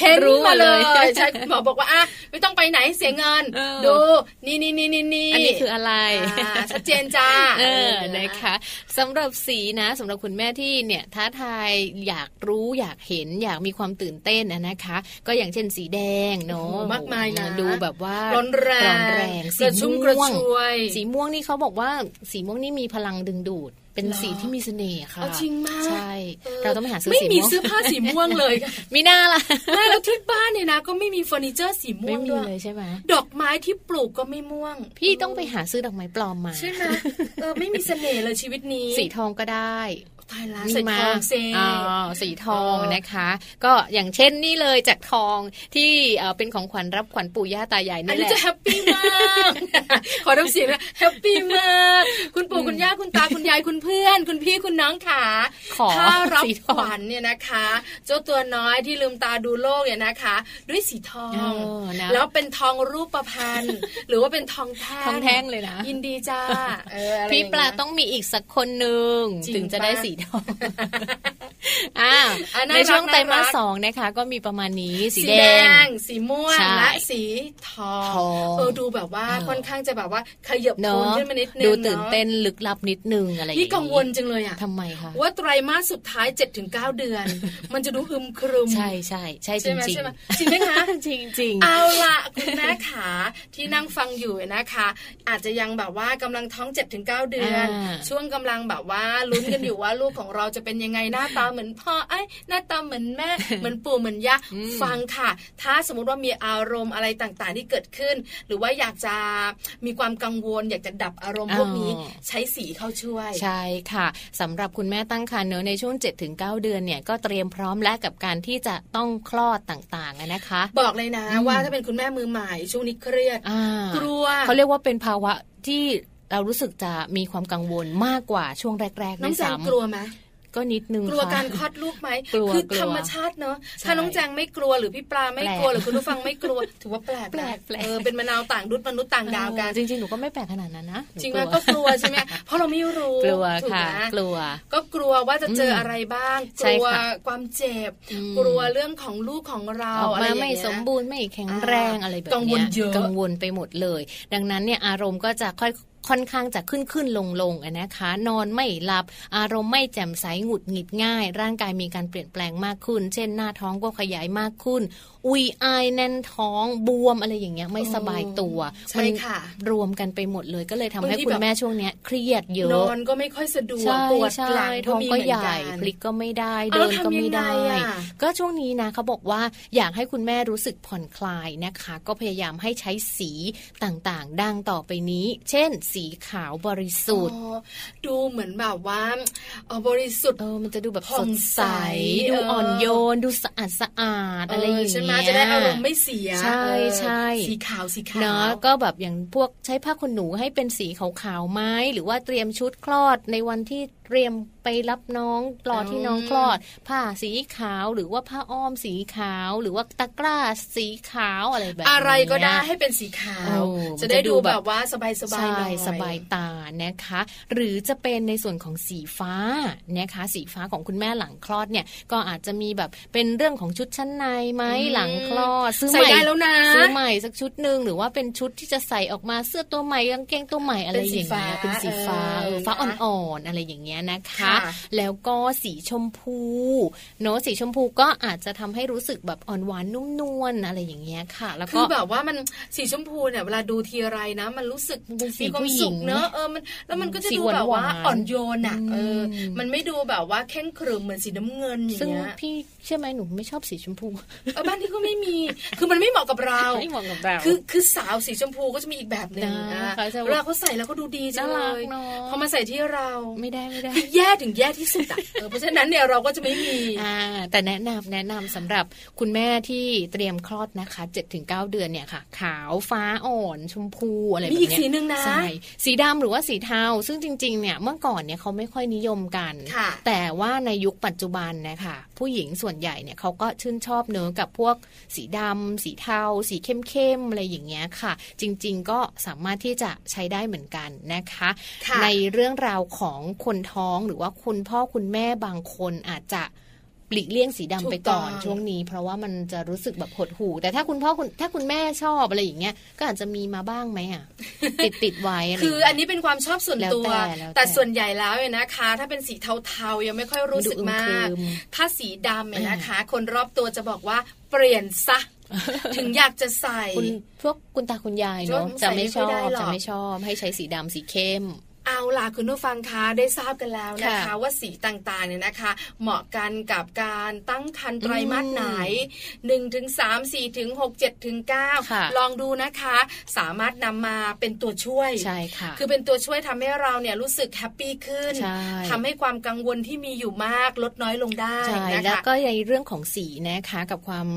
S3: เห็น
S2: รู้หม
S3: มา
S2: ด
S3: เล
S2: เลย ย
S3: ใช่คุณหมอบอกว่าอ่ะไม่ต้องไปไหนเสียเงิน
S2: เออ
S3: ดู นี่นี่นี่นี่นี่
S2: อันนี้คืออะไร
S3: อ่าชัดเจนจ้า
S2: เออ นะคะสำหรับสีนะสำหรับคุณแม่ที่เนี่ยท้าทายอยากรู้อยากเห็นอยากมีความตื่นเต้นนะนะคะ ก็อย่างเช่นสีแดง
S3: โอ้
S2: เนาะ
S3: โหมากมายนะ
S2: ดูแบบว่า
S3: ร้อนแรง
S2: ร้อนแรง
S3: กระชุ่มกระชวย
S2: สีม่วงนี่เขาบอกว่าสีม่วงนี่มีพลังดึงดูด เป็น
S3: เหรอ
S2: สีที่มีเสน่ห์ค่ะ
S3: เอาจริงมาก
S2: ใช่ เราต้องไปหาซื้อ
S3: ไม่
S2: สี
S3: มี
S2: ม่วง
S3: เสื้อผ้าสีม่วง เลยค่ะ
S2: มีหน้าล่ะ
S3: ไม่แล้วที่บ้านเนี่ยนะ ก็ไม่มีเฟอร์นิเจอร์สีม่
S2: ไม่
S3: วง
S2: มี
S3: ด้วย
S2: เลยใช่ไหม
S3: ดอกไม้ที่ปลูกก็ไม่ม่วง
S2: พี่ต้องไปหาซื้อดอกไม้ปลอมมา
S3: ใช่ไหมเออไม่มีเสน่ห์เลยชีวิตนี้
S2: สีทองก็ได้
S3: ตายละ
S2: มี
S3: ใส่
S2: มา
S3: ทองเซ
S2: อ๋อสีทอง
S3: เออ
S2: นะคะ ก็อย่างเช่นนี่เลยจากทองที่เอ่อเป็นของขวัญรับขวัญปู่ย่าตายาย
S3: อั
S2: นี่
S3: น
S2: แห
S3: นี้
S2: ละ
S3: จะแฮปปี้มาก ขอน้ำเสียงนะแฮปปี้มาก คุณปู่คุณย่าคุณตาคุณยายคุณเพื่อน คุณพี่คุณน้องขา
S2: ขอ
S3: ถ้ารับ
S2: สีท
S3: ข
S2: อง
S3: วัญเนี่ยนะคะ เจ้าตัวน้อยที่ลืมตาดูโลกเนี่ยนะคะ ด้วยสีทอง
S2: เออนะ
S3: แล้วเป็นทองรูปประพันธ์ หรือว่าเป็นทองแท่ง
S2: ทองแท่งเลยนะ
S3: ยินดีจ้าเอออะไรอย่
S2: พี่
S3: เย
S2: ปลาต้องมีอีกสักคนหนึ่ง
S3: จริง
S2: ถึงจะได้
S3: ปะ
S2: สีทองอ่า
S3: อ่ะน่ารัก
S2: ในช่วงไตรมาส
S3: น่ารัก
S2: สองนะคะ ก็มีประมาณนี้สี
S3: สี
S2: แด
S3: แด
S2: ง
S3: ง สีม่วง
S2: ใช่
S3: และสีทอง
S2: ทอง
S3: เออดูแบบว่า
S2: เออ
S3: ค่อนข้างจะแบบว่าขยับโทน
S2: เนาะ
S3: ขึ้นมานิดนึง
S2: ดูตื่นเต้
S3: เ
S2: นลึกลับนิดนึงอะไร
S3: น
S2: อ
S3: อะ
S2: ย่าง
S3: นี่กังวลจังเลยอะ
S2: ทำไมคะ
S3: ว่าไตรมาสสุดท้าย 7-9 เดือน มันจะดูอึมครึม
S2: ใช่ใช่ใช่จ
S3: ใช่ไหม
S2: ริง
S3: ใช่ไหม
S2: ๆ
S3: จริงไหม คะ
S2: จริงจริงๆ
S3: เอาล่ะ คุณแม่ขาที่นั่งฟังอยู่นะคะ อาจจะยังแบบว่ากำลังท้อง 7-9 เดือน
S2: อ่า
S3: ช่วงกำลังแบบว่าลุ้นกันอยู่ว่าลูกของเราจะเป็นยังไงหน้าตาเหมือนพ่อไอ้ยหน้าตาเหมือนแม่ เหมือนปู่เหมือนย่าฟังค่ะ ถ้าสมมติว่ามีอารมณ์อะไรต่างๆที่เกิดขึ้น หรือว่าอยากจะมีความกังวล อยากจะดับอารมณ์พวกนี้ใช้สีเข้าช่วย
S2: ใช่ค่ะสำหรับคุณแม่ตั้งครรภ์เนอะในช่วง 7-9 เดือนเนี่ยก็เตรียมพร้อมแล้วกับการที่จะต้องคลอดต่างๆอะนะคะ
S3: บอกเลยนะ
S2: อืม
S3: ว่าถ้าเป็นคุณแม่มือใหม่ช่วงนี้เครียด
S2: อ่าก
S3: ลัว
S2: เขาเรียกว่าเป็นภาวะที่เรารู้สึกจะมีความกังวลมากกว่าช่วงแรกๆ
S3: น้
S2: ด้
S3: อง
S2: วย
S3: แจง
S2: ซ้
S3: กลัวไหม
S2: ำก็นิดนึง
S3: กลัว
S2: ค่ะ
S3: การคลอดลูกไหม
S2: กลัว
S3: คื
S2: กลัว
S3: ธรรมชาติเนอะ
S2: ใช่
S3: ถ้าน้องแจงไม่กลัวหรือพี่ปลาไม่กลัว
S2: แปลก
S3: หรือคุณผู้ฟังไม่ กลัว ถือว่าแปลกนะ
S2: แปลกแปลก
S3: เออเป็นมะนาวต่างดุดมนุษย์ต่างดาวกัน
S2: จริงๆ หนูก็ไม่แปลกขนาดนั้นนะหนู
S3: จริงไหมก็กลัวใช่ไหมเพราะเราไม่รู้
S2: กลัว
S3: ถูก
S2: ค่ะ
S3: ไหม
S2: กลัว
S3: ก็กลัวว่าจะเจ
S2: ม
S3: ออะไรบ้าง ก
S2: ใช่
S3: ลัว
S2: ค่ะ
S3: ความเจ็บ
S2: อืม
S3: กลัวเรื่องของลูกของเรา
S2: ออก
S3: อะไร
S2: มา
S3: อย่าง
S2: ไม่
S3: เงี้ย
S2: สมบูรณ์ไม่แข็งแรง
S3: อ่า
S2: อะไรแบบ
S3: กังว
S2: เนี้
S3: ล
S2: ย
S3: เยอะ
S2: กังวลไปหมดเลย ดังนั้นเนี่ยอารมณ์ก็จะค่อย ค่อนข้างจะขึ้นขึ้นลงลงๆอะนะคะ นอนไม่หลับ อารมณ์ไม่แจ่มใสหงุดหงิดง่าย ร่างกายมีการเปลี่ยนแปลงมากขึ้น เช่นหน้าท้องก็ขยายมากขึ้น อุยอายแน่นท้องบวมอะไรอย่างเงี้ยไม่สบายตัว
S3: ใช่
S2: มั
S3: ค่ะ
S2: รวมกันไปหมดเลยก็เลยทำให้
S3: บางที
S2: คุ
S3: แบ
S2: ณ
S3: บ
S2: แม่ช่วงเนี้ยเครียดเย
S3: น
S2: อะ
S3: อนก็ไม่ค่อยสะดวก
S2: ใช่
S3: ปวด
S2: ใช่
S3: หลัง
S2: ท้องก็
S3: มีเมืนน
S2: ใหญ่พลิกก็ไม่ได้
S3: เอา
S2: เดิ
S3: แล้ว
S2: นก็ไม่ได้
S3: ทำยังไงอะ
S2: ก็ช่วงนี้นะเขาบอกว่าอยากให้คุณแม่รู้สึกผ่อนคลายนะคะ ก็พยายามให้ใช้สีต่างๆ ดังต่อไปนี้ เช่น สีขาวบริสุทธิ์
S3: อ๋อดูเหมือนแบบว่าเอ่อบริสุทธิ์
S2: เออมันจะดูแบบ
S3: ผ่
S2: ส
S3: อ
S2: ด
S3: งใส
S2: ใส ดู
S3: เอออ่
S2: อ่อนโยน ดูสะอาดสะอาดอะไรอย่างเงี้ย
S3: เใช่ไหมจะได้อารมณ์ไม่เสีย
S2: ใช่
S3: เออ
S2: ใช่
S3: สีขาวสีขาว
S2: เนาะก็แบบอย่างพวกใช้ผ้าขนหนูให้เป็นสีขาวๆไหมหรือว่าเตรียมชุดคลอดในวันที่เตรียมไปรับน้องรอ
S3: อืม
S2: ที่น้องคลอด ผ้าสีขาวหรือว่าผ้าอ้อมสีขาว หรือว่าตะกร้าสีขาวอะไรแบบนี้
S3: อะไรก็ได้ให้เป็นสีขาว
S2: โอ้
S3: จะได้
S2: มันจะดู
S3: ดู
S2: แบบ
S3: แบบว่าสบายสบาย
S2: ใช่
S3: หน่อย
S2: สบายตานะคะ หรือจะเป็นในส่วนของสีฟ้านะคะ สีฟ้าของคุณแม่หลังคลอดเนี่ยก็อาจจะมีแบบเป็นเรื่องของชุดชั้นในไหม
S3: อืม
S2: หลังคลอดซื้อ
S3: ใส่
S2: ใหม่
S3: ได้แล้วนะ
S2: ซื้อใหม่สักชุดหนึ่งหรือว่าเป็นชุดที่จะใส่ออกมาเสื้อตัวใหม่กางเกงตัวใหม่อะไรอย่างเงี้ย
S3: เป็
S2: เป็น
S3: นสี
S2: สี
S3: ฟ้า
S2: ฟ้าเออฟ้า
S3: เออนะ
S2: อ่อนๆอะไรอย่างเงี้ยนะคะ
S3: ค่ะ
S2: แล้วก็สีชมพูเนอะสีชมพูก็อาจจะทำให้รู้สึกแบบอ่อนหวานนุ่มนวลอะไรอย่างเงี้ยค่ะ แล้ว
S3: คื
S2: ก็
S3: อแบบว่ามันสีชมพูเนี่ยเวลาดูทีไรนะ มันรู้สึก
S2: มันเป็นสี
S3: มีค
S2: ผู้
S3: วาม
S2: หญิ
S3: สุ
S2: ง
S3: ขเนอะเออมันแล้วมันก็จะ
S2: สี
S3: ดู
S2: หวานๆ
S3: แบบว่าอ่อนโยนอ่ะเอออ
S2: ม
S3: มันไม่ดูแบบว่าแข้งขรึมเหมือนสีน้ำเงินอย่าง
S2: ซึ่ง
S3: เงี้ย
S2: พี่เชื่อไหมหนูไม่ชอบสีชมพู
S3: เออบ้านที่ก็ไม่มี คือมันไม่เหมาะกับเรา
S2: ไม่เหมาะกับเรา
S3: คือคือสาวสีชมพูก็จะมีอีกแบบหนึ่ง
S2: นะ
S3: อ่ะ
S2: เขาจะ
S3: เวลาเขาใส่แล้วเขาดูดีจังเล
S2: น่ารั
S3: ย
S2: กเนอะ
S3: พอมาใส่ที่เรา
S2: ไม่ได้ไม่ได้
S3: คือแย่ถึงแย่ที่สุด อ่ะเออเพราะฉะนั้นเนี่ยเราก็จะไม่มี
S2: อ่า แต่แนะนำแนะนำสำหรับคุณแม่ที่เตรียมคลอดนะคะ7จถึงเเดือนเนี่ยค่ะ ขาวฟ้าอ่อนชมพูอะไรแบบ
S3: มี
S2: เนี้ย
S3: อีกสีหนึ่งนะ
S2: ใช่สีดำหรือว่าสีเทา ซึ่งจริง ๆ เนี่ยเมื่อก่อนเนี่ยเขาไม่ค่อยนิยมกัน
S3: ค่ะ
S2: แต่ว่าในยุคปัจจุบันนะคะผู้หญิงส่วนใหญ่เนี่ยเขาก็ชื่นชอบเนื้อะกับพวกสีดำสีเทา สีเข้มๆอะไรอย่างเงี้ยค่ะ จริง ๆ ก็สามารถที่จะใช้ได้เหมือนกันนะคะ
S3: ค่ะ
S2: ในเรื่องราวของคนท้องหรือว่าคุณพ่อคุณแม่บางคนอาจจะหลีกเลี่ยงสีดำไปก่อน
S3: ถูกต้อง
S2: ช่วงนี้ เพราะว่ามันจะรู้สึกแบบหดหู่แต่ถ้าคุณพ่อคุณถ้าคุณแม่ชอบอะไรอย่างเงี้ยก็อาจจะมีมาบ้างไหมอ่ะ ติดติดไว้ะไร
S3: คื
S2: ย่าง
S3: อ
S2: เงี้ย
S3: อันนี้เป็นความชอบส่วนตัว
S2: แล้วแต่แล้วแต่
S3: แต่ส่วนใหญ่แล้วเนี่ยนะคะ ถ้าเป็นสีเทาๆยังไม่ค่อยรู้สึก
S2: ดูอึ
S3: มา
S2: ครึ
S3: ก
S2: ม
S3: ถ้าสีดำเนี่ยนะคะ คนรอบตัวจะบอกว่าเปลี่ยน ซะ ถึงอยากจะใส่
S2: คุณพวกคุณตาคุณยายเนาะ
S3: ใช่
S2: จะไม่ชอ
S3: ใส่ไม่ได้
S2: บ
S3: หรอก
S2: จะไม่ชอบให้ใช้สีดำสีเข้ม
S3: เอาล่ะคุณผู้ฟังคะได้ทราบกันแล้วนะคะ
S2: ค่ะ
S3: ว่าสีต่างๆเนี่ยนะคะ เหมาะกันกับการตั้งครรภ์ไตรมาส
S2: อืม
S3: ไหน1นึ่งถึงสามสี่ถึงหกเจ็ดถึงเก้า
S2: ค่ะ
S3: ลองดูนะคะ สามารถนำมาเป็นตัวช่วย
S2: ใช่ค่ะ
S3: คือเป็นตัวช่วยทำให้เราเนี่ยรู้สึกแฮปปี้ขึ้น
S2: ใช่
S3: ทำให้ความกังวลที่มีอยู่มากลดน้อยลงได้
S2: ใช่
S3: นะ
S2: แล้ว
S3: คะ
S2: ก็ในเรื่องของสีนะคะกับความ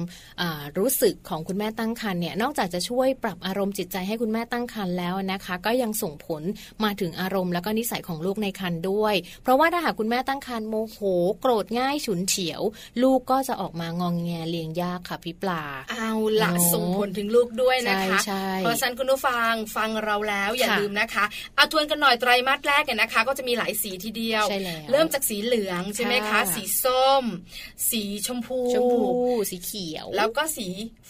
S2: อ่ารู้สึกของคุณแม่ตั้งครรภ์เนี่ยนอกจากจะช่วยปรับอารมณ์จิตใจให้คุณแม่ตั้งครรภ์แล้วนะคะ ก็ยังส่งผลมาถึงอารมณ์แล้วก็นิสัยของลูกในครรภ์ด้วย เพราะว่าถ้าหากคุณแม่ตั้งครรภ์โมโห โกรธง่ายฉุนเฉียว ลูกก็จะออกมางองแงเลียงยากค่ะพี่ปลา
S3: เอาละ
S2: เนอะ
S3: ส่งผลถึงลูกด้วยนะคะ
S2: ใช่ใช่
S3: เพราะฉะนั้นคุณผู้ฟังฟังเราแล้วอย่า
S2: ค่ะ
S3: ลืมนะคะเอาทวนกันหน่อยไตรมาสแรกเนี่ยนะคะ ก็จะมีหลายสีทีเดียว
S2: ใช่แล้ว
S3: เริ่มจากสีเหลืองใช่ไหมคะ
S2: ค่ะ
S3: สีส้ม สีชมพู
S2: ชมพูสีเขียว
S3: แล้วก็สี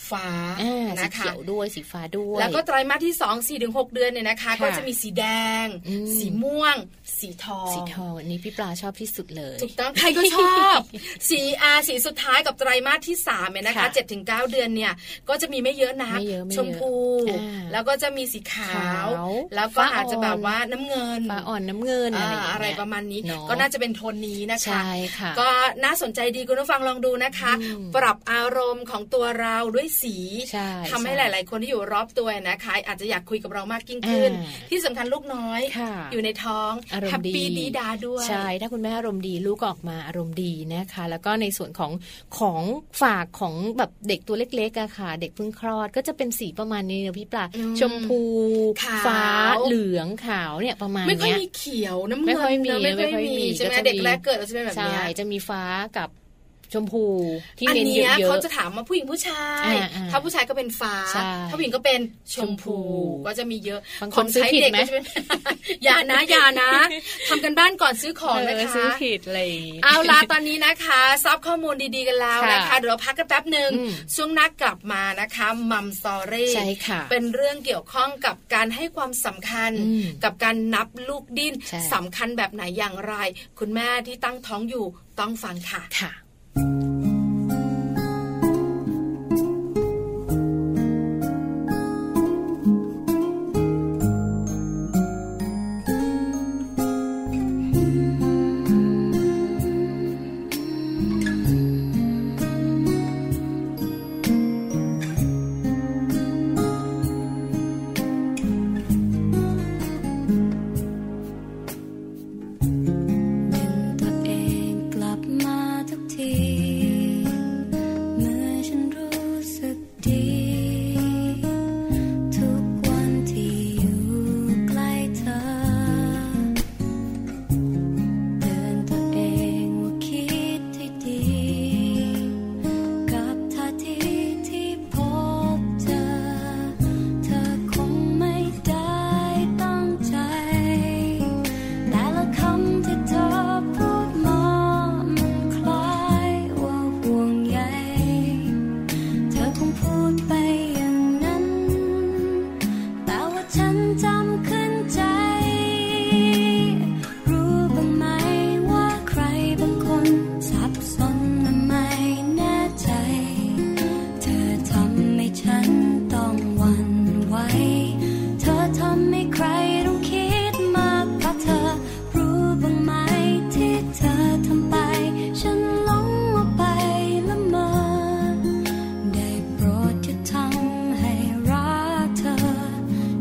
S3: ฟ้า
S2: อ่าสี
S3: นะคะ
S2: เขียวด้วยสีฟ้าด้วย
S3: แล้วก็ไตรมาสที่2 4ถึง6เดือนเนี่ยนะคะ
S2: ค่ะ
S3: ก็จะมีสีแดง
S2: อืม
S3: สีม่วง สีทอง
S2: สีทองอันนี้พี่ปลาชอบที่สุดเลย
S3: ถูกต้องใครก็ชอบ สีอาสีสุดท้ายกับไตรมาสที่สามเนี่ยนะคะ
S2: ค่ะ
S3: เจ็ดถึงเก้าเดือนเนี่ย ก็จะมีไม่เยอะนะ
S2: ไม่เยอะไม่เยอะ
S3: ชมพู
S2: อ่า
S3: แล้วก็จะมีสีขาว
S2: ขาว
S3: แล้วก็
S2: ฟ้าอ่อน
S3: อาจจะแบบว่าน้ำเงิน
S2: ฟ้าอ่อนน้ำเงิน
S3: อ่า
S2: อะไรย่างเงี้ย
S3: อะไรประมาณนี้
S2: เอะ
S3: ก็น่าจะเป็นโทนนี้นะคะ
S2: ใช่ค่ะ
S3: ก็น่าสนใจดีคุณผู้ฟังลองดูนะคะ
S2: อืม
S3: ปรับอารมณ์ของตัวเราด้วยสี
S2: ใช่
S3: ทำให้ห
S2: ใช่
S3: ลาย ๆ คนที่อยู่รอบตัวนะคะ อาจจะอยากคุยกับเรามากยิ่งขึ้น
S2: อ่า
S3: ที่สำคัญลูกน้อย
S2: ค่ะ
S3: อยู่ในท้อง
S2: อารมณ์
S3: แฮปปี้
S2: ดี
S3: ดีดาด้วย
S2: ใช่ ถ้าคุณแม่อารมณ์ดีลูกก็ออกมาอารมณ์ดีนะคะ แล้วก็ในส่วนของของฝากของแบบเด็กตัวเล็กๆอะค่ะ เด็กเพิ่งคลอดก็จะเป็นสีประมาณนี้นะพี่ปลา
S3: อืม
S2: ชมพู
S3: ขาว
S2: ฟ้าเหลืองขาวเนี่ยประมาณ
S3: ไม่ค่อย
S2: เนี้ย
S3: มีเขียวน้ำ
S2: ไม่
S3: เงิน
S2: ค่อยมี
S3: เนอะไม่ค่อย
S2: ไม่ค่อยมี
S3: มีใช่ไหม
S2: ก็จะมี
S3: เด็กแรกเกิดเราจะเป็นแบบ
S2: ใช่
S3: เนี้ย
S2: จะมีฟ้ากับ ชมพูที่
S3: อัน
S2: เน้นเย
S3: เนี้ย
S2: อะๆ
S3: เขาจะถามมาผู้หญิงผู้ชาย
S2: อ่าอ่า
S3: ถ้าผู้ชายก็เป็นฟ้า
S2: ใช่
S3: ถ้าผู้หญิงก็เป็นชมพู
S2: ชมพู
S3: ก็จะมีเยอะ
S2: บางคน
S3: ของ
S2: ซื้อ
S3: ใช้
S2: ผิด
S3: เด็ก
S2: ไหม
S3: ก็จะเป็น อย่านะอย่านะทำกันบ้านก่อนซื้อของนะคะ
S2: เซื้อผิดอะไรอย่างงี้
S3: เอาล่ะตอนนี้นะคะทราบข้อมูลดีๆกันแล้วนะคะ
S2: ค่ะ
S3: เดี๋ยวเราพักกันแป๊บหนึ่ง
S2: อืม
S3: ช่วงหนักกลับมานะคะมัมสอรี่
S2: ใช่ค่ะ
S3: เป็นเรื่องเกี่ยวข้องกับการให้ความสำคัญ
S2: อืม
S3: กับการนับลูกดิ้น
S2: ใช่
S3: สำคัญแบบไหนอย่างไร คุณแม่ที่ตั้งท้องอยู่ต้องฟังค่ะ
S2: ค่ะ
S5: ดึงตัวเองกลับมาทุกที เมื่อฉันรู้สึกดี ทุกวันที่อยู่ใกล้เธอ เตือนตัวเองว่าคิดให้ดี กับท่าทีที่พบเจอ เธอคงไม่ได้ตั้งใจ แต่ละคำที่เธอพูดมามันคล้ายว่าห่วงใย เธอคงพูดไปอย่างนั้น แต่ว่าฉันจำขึ้นใจ รู้บ้างไหมว่าใครบางคนสับสนและไม่แน่ใจ เธอทำให้ฉันต้องหวั่นไหว เธอทำให้ใครต้องคิดมากเพราะเธอ รู้บ้างไหมที่เธอทำไป ฉันหลงว่าไปละเมอ ได้โปรดอย่าทำให้รักเธอ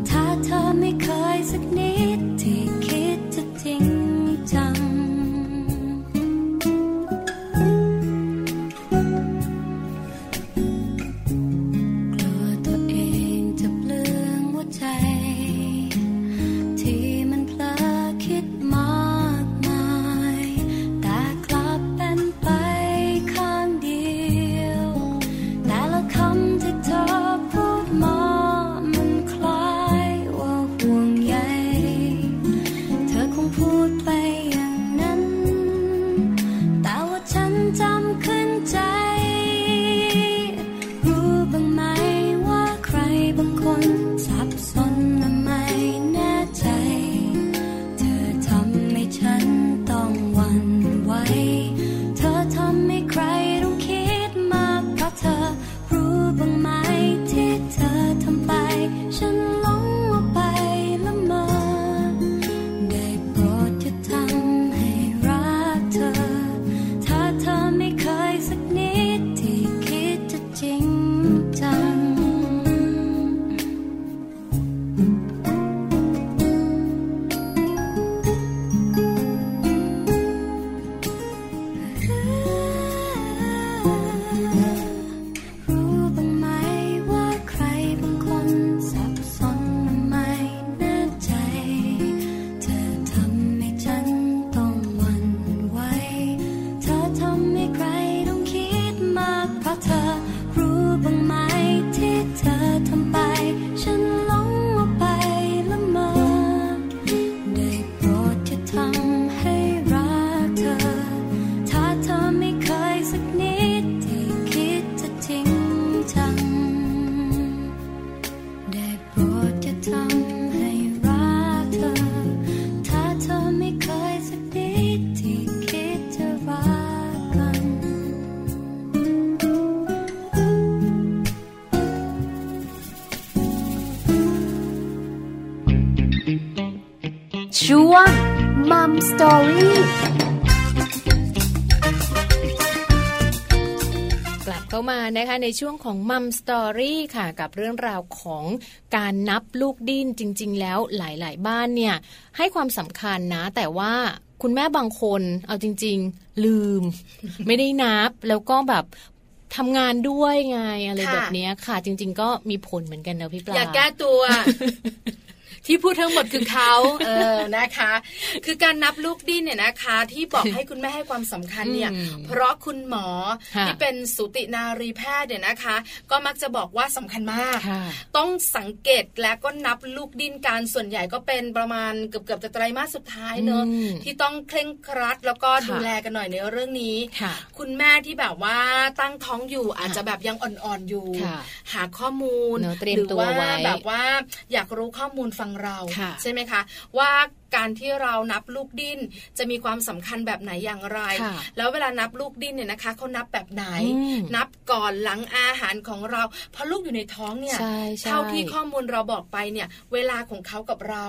S5: ถ้าเธอไม่เคยสักนิดที่คิดจะจริงจัง กลัวตัวเองจะเปลืองหัวใจ ที่มันเพลอคิดมากมาย แต่กลับเป็นไปข้างเดียว แต่ละคำที่เธอพูดมามันคล้ายว่าห่วงใย เธอคงพูดไปอย่างนั้น แต่ว่าฉันจำขึ้นใจ รู้บ้างไหมว่าใครบางคนสับสนและไม่แน่ใจ เธอทำให้ฉันต้องหวั่นไหว เธอทำให้ใครต้องคิดมากเพราะเธอ รู้บ้างไหมที่เธอทำไป ฉันหลงว่าไปละเมอ ได้โปรดอย่าทำให้รักเธอ ถ้าเธอไม่เคยสักนิดที่คิดจะจริงจัง รู้บ้างไหมว่าใครบางคนสับสนและไม่แน่ใจ เธอทำให้ฉันต้องหวั่นไหว เธอทำให้ใครต้องคิดมากเพราะเธอ รู้บ้างไหมที่เธอทำไป ฉันหลงว่าไปละเมอ ได้โปรดอย่าทำให้รักเธอ ถ้าเธอไม่เคยสักนิดที่คิดจะทิ้งจัง ได้โปรดอย่าทำให้รักเธอ ถ้าเธอไม่เคยสักนิดที่คิดจะรักกัน
S4: ช่วงมัมสตอรี่
S2: กลับเข้ามานะคะในช่วงของมัมสตอรี่ค่ะ กับเรื่องราวของการนับลูกดิ้นจริง ๆ แล้วหลาย ๆ บ้านเนี่ย ให้ความสำคัญนะ แต่ว่าคุณแม่บางคนเอาจริง ๆ ลืม ไม่ได้นับแล้วก็แบบทำงานด้วยไงอะไร
S3: ค่ะ
S2: แบบเนี้ยค่ะ จริง ๆ ก็มีผลเหมือนกันนะพี่ปลา
S3: อย่าแก้ตัว ที่พูดทั้งหมดคือเขาเออนะคะ คือการนับลูกดิ้นเนี่ยนะคะ ที่บอกให้คุณแม่ให้ความสำคัญเนี่ย
S2: อืม
S3: เพราะคุณหมอ
S2: ค่ะ
S3: ที่เป็นสูตินารีแพทย์เนี่ยนะคะ ก็มักจะบอกว่าสำคัญมาก
S2: ค่ะ
S3: ต้องสังเกตและก็นับลูกดิ้นการส่วนใหญ่ก็เป็นประมาณเกือบเกือบๆจะไตรมาสสุดท้ายเนอะ
S2: อืม
S3: ที่ต้องเคร่งครัดแล้วก็
S2: ค่ะ
S3: ดูแลกันหน่อยในเรื่องนี้
S2: ค่ะ
S3: คุณแม่ที่แบบว่าตั้งท้องอยู่อาจจะแบบยังอ่อนๆอยู่
S2: ค่ะ
S3: หาข้อมูล
S2: เนอะเตรียม
S3: หรื
S2: ตัว
S3: ว่า
S2: ไว้
S3: แบบว่าอยากรู้ข้อมูลฟังเรา
S2: ค่ะ
S3: ใช่ไหมคะ ว่าการที่เรานับลูกดิ้นจะมีความสำคัญแบบไหนอย่างไร
S2: ค่ะ
S3: แล้วเวลานับลูกดิ้นเนี่ยนะคะเขานับแบบไหน
S2: อืม
S3: นับก่อนหลังอาหารของเราเพราะลูกอยู่ในท้องเนี่ย
S2: ใช่ใช่
S3: เท่าที่ข้อมูลเราบอกไปเนี่ย เวลาของเขากับเรา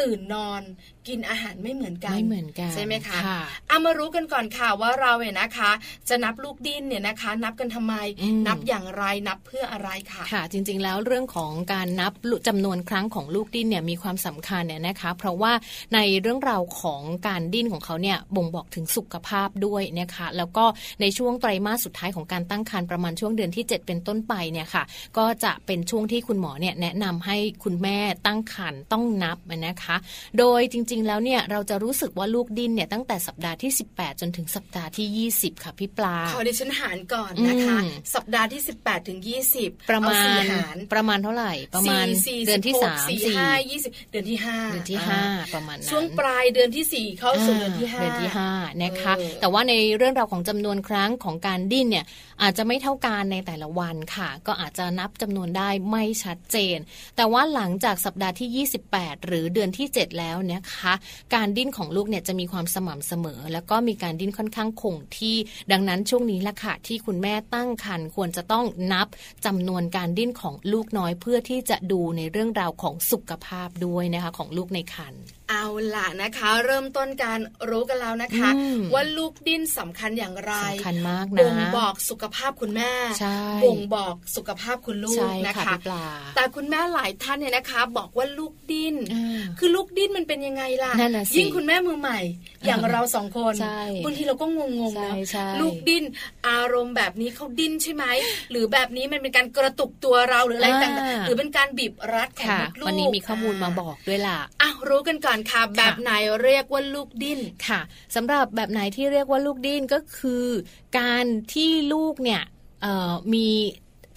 S3: ตื่นนอนกินอาหารไม่เหมือนกัน
S2: ไม่เหมือนกัน
S3: ใช่ไหมคะ
S2: ค่ะ
S3: เอามารู้กันก่อนค่ะว่าเราเนี่ยนะคะ จะนับลูกดิ้นเนี่ยนะคะ นับกันทำไม
S2: อืม
S3: นับอย่างไรนับเพื่ออะไรค่ะ
S2: ค่ะจริงๆแล้วเรื่องของการนับจำนวนครั้งของลูกดิ้นเนี่ยมีความสำคัญเนี่ยนะคะ เพราะว่าในเรื่องราวของการดิ้นของเขาเนี่ยบ่งบอกถึงสุขภาพด้วยนะคะ แล้วก็ในช่วงไตรมาสสุดท้ายของการตั้งครรภ์ประมาณช่วงเดือนที่ 7 เป็นต้นไปเนี่ยค่ะ ก็จะเป็นช่วงที่คุณหมอเนี่ยแนะนำให้คุณแม่ตั้งครรภ์ต้องนับนะคะ โดยจริงๆแล้วเนี่ยเราจะรู้สึกว่าลูกดิ้นเนี่ยตั้งแต่สัปดาห์ที่ 18 จนถึงสัปดาห์ที่ 20 ค่ะพี่ปลา
S3: ขอดิฉันหารก่อนนะคะ
S2: อืม
S3: สัปดาห์ที่ 18ถึง20
S2: ประมา
S3: เอสี่
S2: ณ
S3: หาร
S2: ประมาณเท่าไหร่ ประมาณ
S3: สี่สี่
S2: เดือนที่
S3: บห
S2: สาก ม
S3: สี่
S2: สี่
S3: ห้ายี่สิบเดือนที่ห้า
S2: เดือนที่
S3: า
S2: 5 ประมาณนั้น
S3: ช่วงปลายเดือนที่สี่เข้าสู่เดือนที่
S2: า
S3: ห้า
S2: เดือนที่ห้านะคะ
S3: เออ
S2: แต่ว่าในเรื่องราวของจำนวนครั้งของการดิ้นเนี่ยอาจจะไม่เท่ากันในแต่ละวันค่ะ ก็อาจจะนับจำนวนได้ไม่ชัดเจน แต่ว่าหลังจากสัปดาห์ที่ 28 หรือเดือนที่ 7 แล้วนะคะ การดิ้นของลูกเนี่ยจะมีความสม่ำเสมอ แล้วก็มีการดิ้นค่อนข้างคงที่ ดังนั้นช่วงนี้ละค่ะที่คุณแม่ตั้งครรภ์ควรจะต้องนับจำนวนการดิ้นของลูกน้อยเพื่อที่จะดูในเรื่องราวของสุขภาพด้วยนะคะของลูกในครรภ์
S3: เอาล่ะนะคะ เริ่มต้นการรู้กันแล้วนะคะ
S2: อืม
S3: ว่าลูกดิ้นสำคัญอย่างไร
S2: สำคัญมากนะ
S3: บ่งบอกสุขภาพคุณแม่
S2: ใช่
S3: บ่งบอกสุขภาพคุณลูก
S2: ใช่
S3: นะ
S2: ค่ะ
S3: คะ
S2: พี่ปลา
S3: แต่คุณแม่หลายท่านเนี่ยนะคะ บอกว่าลูกดิ้น
S2: อ่า
S3: คือลูกดิ้นมันเป็นยังไงล่ะ
S2: นั่นน่ะสิ
S3: ยิ่งคุณแม่มือใหม่ อย่างเราสองคน
S2: ใช่
S3: บางทีเราก็งงๆนะ
S2: ใช่ใช่
S3: ลูกดิ้นอารมณ์แบบนี้เขาดิ้นใช่ไหม หรือแบบนี้มันเป็นการกระตุกตัวเราหรืออะไร
S2: อ่า
S3: ต่างๆหรือเป็นการบีบรัดของ
S2: ค่ะ
S3: มดลูก
S2: วันนี้มีข้อมูลมาบอกด้วยล่ะ
S3: อ่ะรู้กันก่อนค่ะ แบบไหนเรียกว่าลูกดิ้น
S2: ค่ะสำหรับแบบไหนที่เรียกว่าลูกดิ้นก็คือ การที่ลูกเนี่ยเอ่อมี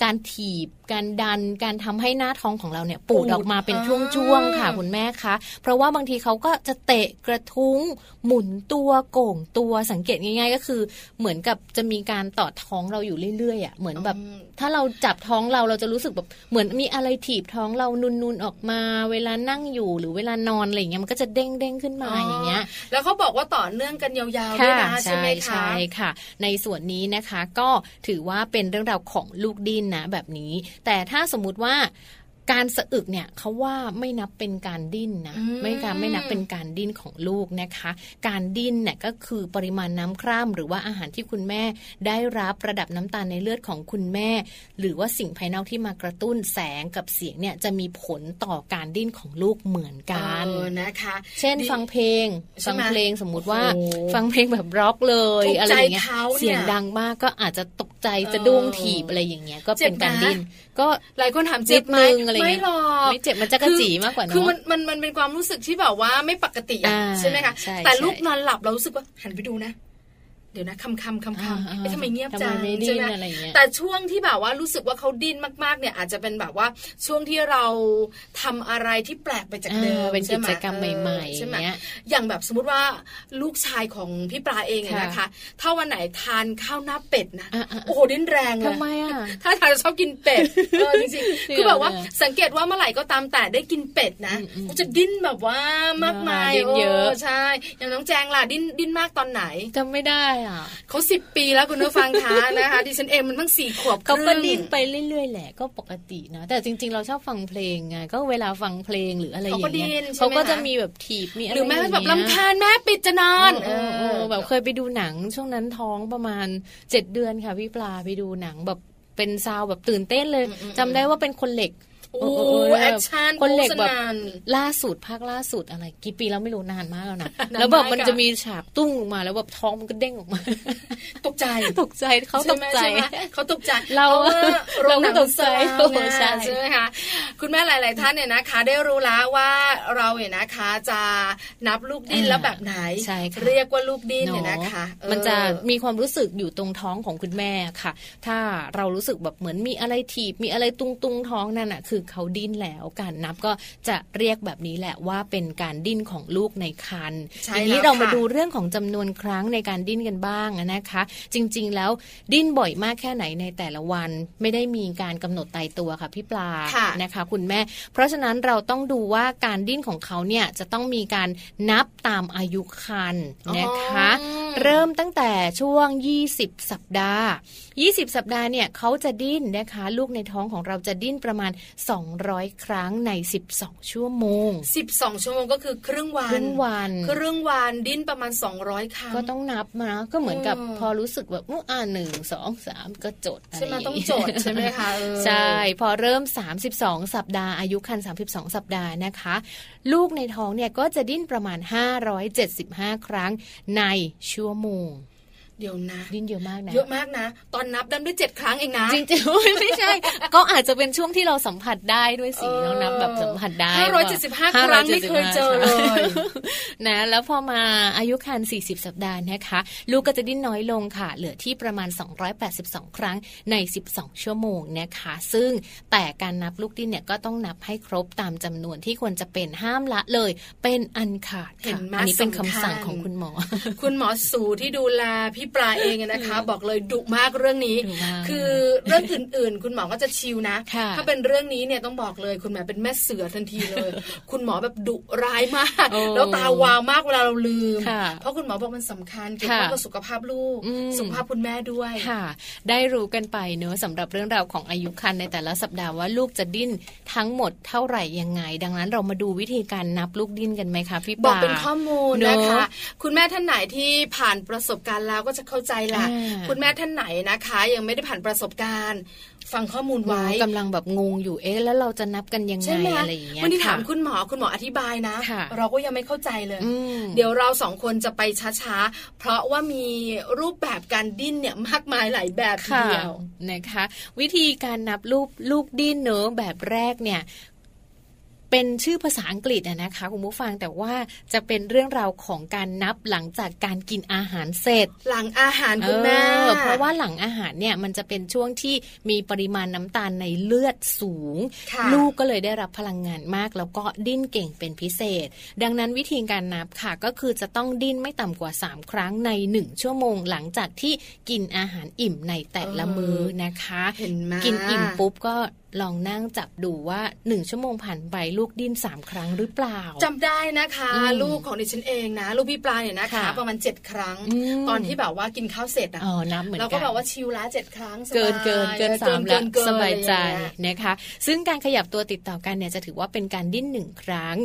S2: การถีบ การดัน การทำให้หน้าท้องของเราเนี่ยปูด
S3: ปูด
S2: ออกมาเป็น
S3: อ่า
S2: ช่วงๆค่ะคุณแม่คะเพราะว่าบางทีเขาก็จะเตะกระทุ้ง หมุนตัวโก่งตัวสังเกตง่าย ๆ ก็คือ เหมือนกับจะมีการต่อท้องเราอยู่เรื่อยๆอ่ะเหมือนแบบ ถ้าเราจับท้องเราเราจะรู้สึกแบบเหมือนมีอะไรถีบท้องเรานุนๆออกมา เวลานั่งอยู่หรือเวลานอนอะไรอย่างเงี้ยมันก็จะเด้งเด้งๆขึ้นมาอย่างเงี้ย
S3: แล้วเขาบอกว่าต่อเนื่องกันยาวๆด้วยนะใช่ไหมคะ
S2: ใช่ค่ะ ในส่วนนี้นะคะก็ถือว่าเป็นเรื่องราวของลูกดิ้นนะแบบนี้ แต่ถ้าสมมุติว่าการสะอึกเนี่ยเขาว่าไม่นับเป็นการดิ้นนะ
S3: อืม
S2: ไม่การไม่นับเป็นการดิ้นของลูกนะคะ การดิ้นเนี่ยก็คือปริมาณน้ำคร่ำหรือว่าอาหารที่คุณแม่ได้รับระดับน้ำตาลในเลือดของคุณแม่ หรือว่าสิ่งภายนอกที่มากระตุ้นแสงกับเสียงเนี่ยจะมีผลต่อการดิ้นของลูกเหมือนกัน
S3: เออนะคะ
S2: เช่น
S3: ดิ
S2: ฟังเพลง
S3: ใช่
S2: ฟั
S3: ไห
S2: ง
S3: ม
S2: เพลงสมมุติว่า
S3: โอ้โห
S2: ฟังเพลงแบบร็อกเลย
S3: ทุก
S2: อะไรอย่างเงี้ย
S3: ใจเขาเนี่ย
S2: เสียงดังมากก็อาจจะตกใจ
S3: เออ
S2: จะด้วงถีบอะไรอย่างเงี้ยก็
S3: เจ็
S2: เป็
S3: บ
S2: น
S3: นะ
S2: การดิ้นก็
S3: หลายคนถามเจ็บไหม
S2: นิดนึงอะไร
S3: ไม่
S2: เงี้ย
S3: หรอก
S2: ไม่เจ็บมันจะกระจีมากกว่า
S3: คือ
S2: เนาะ
S3: มันมันมันเป็นความรู้สึกที่แบบว่าไม่ปกติอะ
S2: อ่า
S3: ใช่ไหมคะ
S2: ใช่
S3: แต่
S2: ใช่
S3: ลูกนอนหลับเรารู้สึกว่าหันไปดูนะ เดี๋ยวนะคำคำคำ
S2: อ่า
S3: คำ
S2: อ่า
S3: เอ๊ะทำไมเงียบจัง
S2: ทำไมไม่ดิ้
S3: ใช่
S2: น
S3: ไหม
S2: อะไรเงี้ย
S3: แต่ช่วงที่แบบว่ารู้สึกว่าเขาดิ้นมากๆ เนี่ยอาจจะเป็นแบบว่าช่วงที่เราทำอะไรที่แปลกไปจากเดิม
S2: อ่าเป็น
S3: ใช่ไห
S2: กิจกรรมใหม่ๆ
S3: เออใช่ไหม
S2: อย่างเงี้ย
S3: อย่างแบบสมมติว่าลูกชายของพี่ปลาเองเนี่ยนะคะ ถ้าวันไหนทานข้าวหน้าเป็ดนะ
S2: อ่าอ่า
S3: โอ้โหดิ้นแรงเลย
S2: ทำไมอ่ะ
S3: ถ้าทานจะชอบกินเป็ด เออจริงๆ คือแบบว่า
S2: เออ
S3: สังเกตว่าเมื่อไหร่ก็ตามแต่ได้กินเป็ดนะ
S2: อืมๆ
S3: ก็จะดิ้นแบบว่ามากมาย
S2: อ่าดิ้นเยอะ
S3: ใช่ อย่างน้องแจงล่ะดิ้นดิ้นมากตอนไหน
S2: จำไม่ได้อ่ะ
S3: เขาสิบปีแล้วคุณผู้ฟังคะนะคะ ดิฉันเองมันเพิ่งสี่ขวบ
S2: เขาก็
S3: ครึ่ง
S2: ดิ้นไปเรื่อยๆแหละก็ปกตินะแต่จริง ๆ เราชอบฟังเพลงไงก็เวลาฟังเพลงหรืออะไรอย่าง
S3: เขาก็
S2: เงี้
S3: ดิ้
S2: ย
S3: นใช่
S2: เขา
S3: ไหม
S2: ก็จะ
S3: ค
S2: มีแบบถีบมีอะไร
S3: หรือแม่
S2: ย่าง
S3: แบ
S2: เงี้
S3: บ
S2: ย
S3: ลำคาญแม่ปิดจะนอน
S2: เออเออเออแบบเคยไปดูหนังช่วงนั้นท้องประมาณเจ็ดเดือนค่ะพี่ปลาไปดูหนังแบบเป็นซาวแบบตื่นเต้นเลยจำได้ว่าเป็นคนเหล็ก
S3: โอ้
S2: เเเ
S3: แอคชั่น
S2: คนเหล็กแบบ
S3: โฆษณา
S2: ล่าสุดภาคล่าสุดอะไรกี่ปีแล้วไม่รู้นานมากแล้วนะ
S3: นานมาก
S2: แล้วแบบมัน
S3: อะ
S2: จะมีฉากตุ้งออกมาแล้วแบบท้องมันก็เด้งออกมา
S3: ตกใจ
S2: ตกใจเขาต
S3: ช่
S2: ก
S3: ไหม
S2: ใจ
S3: ช่ไหมเขาตกใจ
S2: เรา
S3: พะว่โงหนัง
S2: เราก็ตกใจ
S3: สลาม
S2: โอ้
S3: นะ
S2: ใช่
S3: ใช่ไหมคะ คุณแม่หลาย ๆ ท่านเนี่ยนะคะ ได้รู้แล้วว่าเราเนี่ยนะคะ จะนับลูกดิ้น
S2: อ่า
S3: แล้วแบบไหน
S2: ใช่ค่ะ
S3: เรียกว่าลูกดิ้นเนี่ยนะคะ
S2: เนอะมันจะ
S3: เออ
S2: มีความรู้สึกอยู่ตรงท้องของคุณแม่ค่ะ ถ้าเรารู้สึกแบบเหมือนมีอะไรถีบ มีอะไรตุงตุงๆท้องนั่นน่ะคือเขาดิ้นแล้วการนับก็จะเรียกแบบนี้แหละว่าเป็นการดิ้นของลูกในครรภ์
S3: ใช่
S2: ทีนี้
S3: แล้ว
S2: เรามา
S3: ค่ะ
S2: ดูเรื่องของจำนวนครั้งในการดิ้นกันบ้างนะคะ จริงๆแล้วดิ้นบ่อยมากแค่ไหนในแต่ละวัน ไม่ได้มีการกำหนดตายตัวค่ะพี่ปลา
S3: ค่ะ
S2: นะคะคุณแม่ เพราะฉะนั้นเราต้องดูว่าการดิ้นของเขาเนี่ยจะต้องมีการนับตามอายุครรภ์นะคะ
S3: อ๋อ
S2: เริ่มตั้งแต่ช่วง 20 สัปดาห์ 20 สัปดาห์เนี่ยเขาจะดิ้นนะคะ ลูกในท้องของเราจะดิ้นประมาณ 200 ครั้งใน 12 ชั่วโมง
S3: 12 ชั่วโมงก็คือครึ่งวัน
S2: ครึ่งวัน
S3: ครึ่งวันดิ้นประมาณ 200 ครั้ง
S2: ก็ต้องนับมาก็เหมือนกับ
S3: อืม
S2: พอรู้สึกแบบอื้ออ่าหนึ่งสองสามก็จดะร
S3: ใช่ไหม
S2: ย่า
S3: ต้อง
S2: นี้
S3: จดใช่ไหมคะเออ
S2: ใช่ พอเริ่ม 32 สัปดาห์อายุครรภ์32 สัปดาห์นะคะ ลูกในท้องเนี่ยก็จะดิ้นประมาณ 575 ครั้งในชั่วโมง
S3: เดี๋ยวนะ
S2: ดิ้นเยอะมากนะ
S3: เยอะมากนะ ตอนนับดันด้วยเจ็ดครั้งเองนะ
S2: จริงๆ ไม่ใช่ ก็อาจจะเป็นช่วงที่เราสัมผัสได้ด้วยสิน้องนับแบบสัมผัสได้
S3: ห้าร้อยเจ็ดสิบห้าครั้งไม่เคยเจอเลย
S2: นะ แล้วพอมาอายุครรภ์40 สัปดาห์นะคะ ลูกก็จะดิ้นน้อยลงค่ะ เหลือที่ประมาณ 282 ครั้งใน 12 ชั่วโมงนะคะ ซึ่งแต่การนับลูกดิ้นเนี่ยก็ต้องนับให้ครบตามจำนวนที่ควรจะเป็นห้ามละเลย เป็นอันขาด
S3: เห็
S2: ค่ะ
S3: นไหม
S2: อันนี้เป็นคำสั่ง
S3: สำคัญ
S2: ของคุณหมอ
S3: คุณหมอสูที่ดูแลพี่ปลาเองอะนะคะ บอกเลยดุมากเรื่องนี้
S2: ดุมาก
S3: คือเรื่องอื่น ๆ คุณหมอก็จะชิวนะ
S2: ค่ะ
S3: ถ้าเป็นเรื่องนี้เนี่ยต้องบอกเลยคุณแม่เป็นแม่เสือทันที เลย คุณหมอแบบดุร้ายมาก
S2: โอ้
S3: แล้วตาวาวมากเวลาเราลืม
S2: ค่ะ
S3: เพราะคุณหมอบอกมันสำคัญเกี่ยวข้องกับสุขภาพลูก
S2: อืม
S3: สุขภาพคุณแม่ด้วย
S2: ค่ะ ได้รู้กันไปเนอะสำหรับเรื่องราวของอายุครรภ์ในแต่ละสัปดาห์ว่าลูกจะดิ้นทั้งหมดเท่าไหร่ยังไง ดังนั้นเรามาดูวิธีการนับลูกดิ้นกันไหมคะพี่ปลา
S3: บอกเป็นข้อมูลนะ
S2: เน
S3: คะ
S2: อะ
S3: คุณแม่ท่านไหนที่ผ่านประสบการณ์แล้วก็จะเข้าใจละ
S2: อ่า
S3: คุณแม่ท่านไหนนะคะ ยังไม่ได้ผ่านประสบการณ์ ฟังข้อมูล
S2: หนู
S3: ไว้
S2: กำลังแบบงงอยู่เอ๊ะแล้วเราจะนับกันยังไง
S3: ใช่ไหม
S2: อะไรอย่างเงี้ย
S3: วันนี้ถาม
S2: ค่ะ
S3: คุณหมอคุณหมออธิบายนะ
S2: ค่ะ
S3: เราก็ยังไม่เข้าใจเลย
S2: อืม
S3: เดี๋ยวเราสองคนจะไปช้าๆ เพราะว่ามีรูปแบบการดิ้นเนี่ยมากมายหลายแบบที
S2: ค่ะ
S3: เดียว
S2: นะคะ วิธีการนับลูกลูกดิ้นเนอะแบบแรกเนี่ย เป็นชื่อภาษาอังกฤษอะนะคะคุณผู้ฟังแต่ว่าจะเป็นเรื่องราวของการนับหลังจากการกินอาหารเสร็จ
S3: หลังอาหารคุณแม่
S2: เออเพราะว่าหลังอาหารเนี่ยมันจะเป็นช่วงที่มีปริมาณน้ำตาลในเลือดสูง
S3: ค่ะ
S2: ลูกก็เลยได้รับพลังงานมาก แล้วก็ดิ้นเก่งเป็นพิเศษ ดังนั้นวิธีการนับค่ะก็คือจะต้องดิ้นไม่ต่ำกว่า 3 ครั้งใน 1 ชั่วโมง หลังจากที่กินอาหารอิ่มในแต่ละมื้อนะคะ
S3: เห็นไหม
S2: กินอิ่มปุ๊บก็ลองนั่งจับดูว่า 1 ชั่วโมงผ่านไปลูกดิ้น 3 ครั้งหรือเปล่า
S3: จำได้นะคะ
S2: อืม
S3: ลูกของดิฉันเองนะ ลูกพี่ปลาเนี่ยนะคะ
S2: ค่ะ
S3: ประมาณเจ็ดครั้ง
S2: อืม
S3: ตอนที่แบบว่ากินข้าวเสร็จอะ
S2: อ๋อนับเหมือนกัน
S3: เราก็แบบว่าชิลละเจ็ดครั้งสบาย
S2: เกินเกินเกินสามแล้ว
S3: เกิน
S2: สบายใจ
S3: อะไรอย่างเงี้ย
S2: นะคะ ซึ่งการขยับตัวติดต่อกันเนี่ยจะถือว่าเป็นการดิ้นหนึ่งครั้ง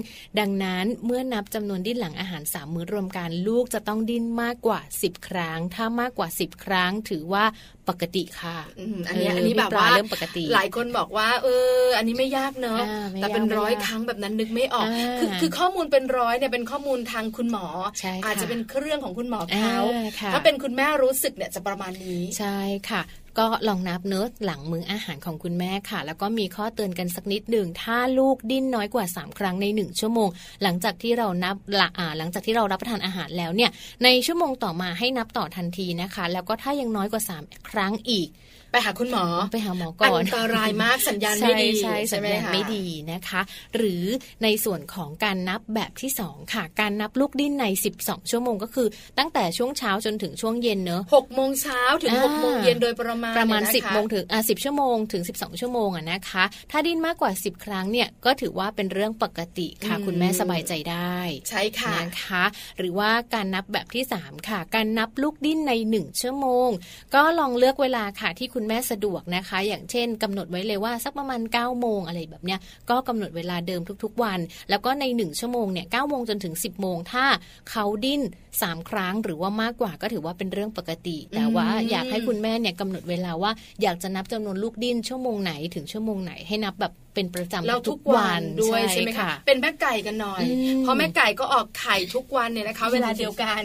S2: ดังนั้นเมื่อนับจำนวนดิ้นหลังอาหารสามมื้อรวมกันลูกจะต้องดิ้นมากกว่า 10 ครั้ง ถ้ามากกว่า 10 ครั้ง ถือว่าปกติค่ะ
S3: อืมอันเนี้ย
S2: เ
S3: อันนี้แบบ
S2: พี่ปล
S3: ว่า
S2: เริ่มปกติ
S3: หลายคนบอกว่า เออ อันนี้ไม่ยากเนอะ
S2: อ่าไม่
S3: แต่เป็น
S2: ยากไม่
S3: ร้อย
S2: ยาก
S3: ครั้งแบบนั้นนึกไม่ออก
S2: อ่า
S3: คือคือข้อมูลเป็นร้อยเนี่ยเป็นข้อมูลทางคุณหมอ
S2: ใช่ค่ะ
S3: อาจจะเป็นเครื่องของคุณหมอเขา
S2: อ่าค่ะ
S3: ถ้าเป็นคุณแม่รู้สึกเนี่ยจะประมาณนี้
S2: ใช่ค่ะ ก็ลองนับเนื้อะหลังมื้ออาหารของคุณแม่ค่ะ แล้วก็มีข้อเตือนกันสักนิดหนึ่งถ้าลูกดิ้นน้อยกว่า 3 ครั้งใน 1 ชั่วโมง หลังจากที่เรานับละอ่าหลังจากที่เรารับประทานอาหารแล้วเนี่ยในชั่วโมงต่อมาให้นับต่อทันทีนะคะ แล้วก็ถ้ายังน้อยกว่า 3 ครั้งอีก
S3: ไปหาคุณหมอ
S2: ไปหาหมอก่อน
S3: นตรายมากสัญญาณไม่ดี
S2: ใช่ใช่สัญ
S3: ห
S2: ญาณ
S3: คะ
S2: ไม่ดีนะคะ หรือในส่วนของการนับแบบที่สองค่ะ การนับลูกดิ้นใน 12 ชั่วโมงก็คือ ตั้งแต่ช่วงเช้าจนถึงช่วงเย็นเนอะ
S3: หกโมงเช้าถึง
S2: อ่า
S3: หกโมงเย็นโดยประมาณ
S2: ประมาณ
S3: เนี่ยนค
S2: 10โมงถึงอ่ะ10 ชั่วโมงถึง 12 ชั่วโมงอ่ะนะคะ ถ้าดิ้นมากกว่า 10 ครั้งเนี่ยก็ถือว่าเป็นเรื่องปกติค่ะ
S3: อืม
S2: คุณแม่สบายใจได้
S3: ใช่ค่ะ
S2: นะคะ หรือว่าการนับแบบที่ 3 ค่ะ การนับลูกดิ้นใน 1 ชั่วโมง ก็ลองเลือกเวลาค่ะที่คุณแม่สะดวกนะคะ อย่างเช่นกำหนดไว้เลยว่าสักประมาณ 9 โมงอะไรแบบเนี้ยก็กำหนดเวลาเดิมทุกๆวัน แล้วก็ใน 1 ชั่วโมงเนี่ย9โมงจนถึง 10 โมงถ้าเขาดิ้น 3 ครั้งหรือว่ามากกว่าก็ถือว่าเป็นเรื่องปกติ แต่ว่า
S3: อืม
S2: อยากให้คุณแม่เนี่ยกำหนดเวลาว่าอยากจะนับจำนวนลูกดิ้นชั่วโมงไหนถึงชั่วโมงไหนให้นับแบบเป็นประจำ
S3: เราทุกวันด้วยใช่ไหมคะ เป็นแม่ไก่กันหน่อย
S2: อืม
S3: เพราะแม่ไก่ก็ออกไข่ทุกวันเนี่ยนะคะ เวลาเดียวกัน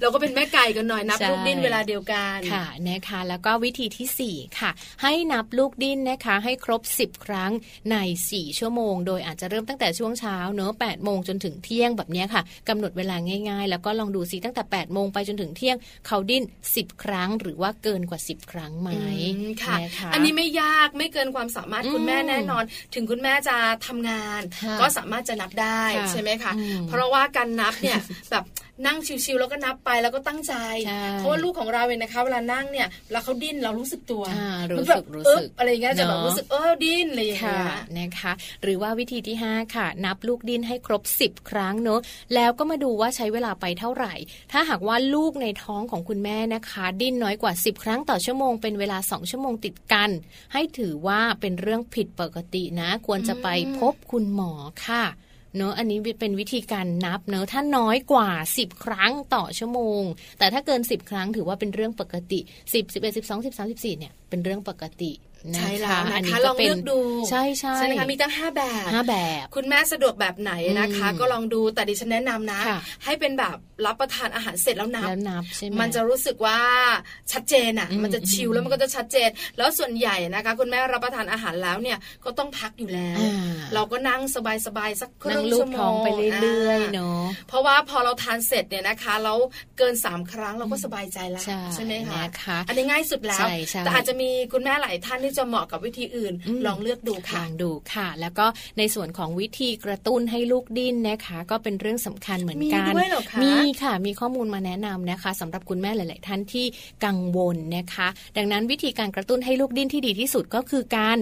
S3: เราก็เป็นแม่ไก่กันหน่อยนับ
S2: ใช่
S3: ลูกดิ้นเวลาเดียวกัน
S2: ค่ะนะคะแล้วก็วิธีที่ 4 ค่ะ ให้นับลูกดิ้นนะคะ ให้ครบ 10 ครั้งใน 4 ชั่วโมง โดยอาจจะเริ่มตั้งแต่ช่วงเช้าเนอะ8โมงจนถึงเที่ยงแบบเนี้ยค่ะกำหนดเวลาง่ายๆ แล้วก็ลองดูซิตั้งแต่8โมงไปจนถึงเที่ยง เขาดิ้น 10 ครั้ง หรือว่าเกินกว่า 10 ครั้งไหม
S3: อืมค่ะ
S2: นะคะ
S3: อันนี้ไม่ยากไม่เกินความสามารถ
S2: อืม
S3: คุณแม่แน่นอน ถึงคุณแม่จะทำงาน
S2: ค่ะ
S3: ก็สามารถจะนับได้
S2: ค่ะ
S3: ใช่ไหมคะ
S2: อืม
S3: เพราะว่าการนับเนี่ย แบบนั่งชิวๆแล้วก็นับไปแล้วก็ตั้งใจ
S2: ใช่
S3: เพราะว่าลูกของเราเนี่ยนะคะ เวลานั่งเนี่ยแล้วเขาดิ้นเรารู้สึกตัว
S2: อ่ารู้
S3: มันแบบ
S2: สึกรู้สึก
S3: เอิ๊บอะไรอย่างเงี้ยจะแบบ
S2: เนอะ
S3: รู้สึกเออดิ้นอะไรอย่าง
S2: ค่ะ
S3: เงี้ย
S2: นะคะหรือว่าวิธีที่ 5 ค่ะ นับลูกดิ้นให้ครบ 10 ครั้งเนอะแล้วก็มาดูว่าใช้เวลาไปเท่าไหร่ ถ้าหากว่าลูกในท้องของคุณแม่นะคะ ดิ้นน้อยกว่า 10 ครั้งต่อชั่วโมงเป็นเวลา 2 ชั่วโมงติดกัน ให้ถือว่าเป็นเรื่องผิดปกตินะ ควรจะไปพบคุณหมอค่ะ เนอะอันนี้เป็นวิธีการนับเนอะถ้าน้อยกว่า 10 ครั้งต่อชั่วโมง แต่ถ้าเกิน 10 ครั้งถือว่าเป็นเรื่องปกติ 10 11 12 13 14เนี่ยเป็นเรื่องปกตินะคะ
S3: ใช่แล้ว
S2: อัน
S3: นะ
S2: นี้
S3: คะลอง
S2: ป็น
S3: เลือกดู
S2: ใช่ใช่
S3: ไหมคะมีตั้งห้าแบบ
S2: ห้าแบบ
S3: คุณแม่สะดวกแบบไหนนะคะ
S2: อืม
S3: ก็ลองดูแต่ดิฉันแนะนำนะ
S2: ค่ะ
S3: ให้เป็นแบบรับประทานอาหารเสร็จแล้วนับ
S2: แล้วนับใช่ไหม
S3: มันจะรู้สึกว่าชัดเจนอ่ะ
S2: อืม
S3: มันจะชิลแล้วมันก็จะชัดเจน แล้วส่วนใหญ่นะคะ คุณแม่รับประทานอาหารแล้วเนี่ยก็ต้องพักอยู่แล้ว
S2: อ่า
S3: เราก็นั่งสบายๆสักค
S2: นั่
S3: รึ่
S2: ง
S3: ง
S2: ลู
S3: ชั่
S2: บ
S3: วโม
S2: ท้อง
S3: ง
S2: ไปเรื่อยๆเนาะ
S3: เพราะว่าพอเราทานเสร็จเนี่ยนะคะแล้วเกินสามครั้งเราก็สบายใจแล้ว
S2: ใช่
S3: ไหมคะ
S2: นะคะ
S3: อันนี้ง่ายสุดแล้ว
S2: ใช่ใช่
S3: แต่อาจจะมีคุณแม่หลายท่านที่จะเหมาะกับวิธีอื่น
S2: อืม
S3: ลองเลือกดู
S2: ล
S3: ค่ะ
S2: องดูค่ะ แล้วก็ในส่วนของวิธีกระตุ้นให้ลูกดิ้นนะคะ ก็เป็นเรื่องสำคัญเหมือนกัน
S3: มีด้วยเหรอคะ
S2: มีค่ะมีข้อมูลมาแนะนำนะคะสำหรับคุณแม่หลาย ๆ ท่านที่กังวลนะคะ ดังนั้นวิธีการกระตุ้นให้ลูกดิ้นที่ดีที่สุดก็คือการ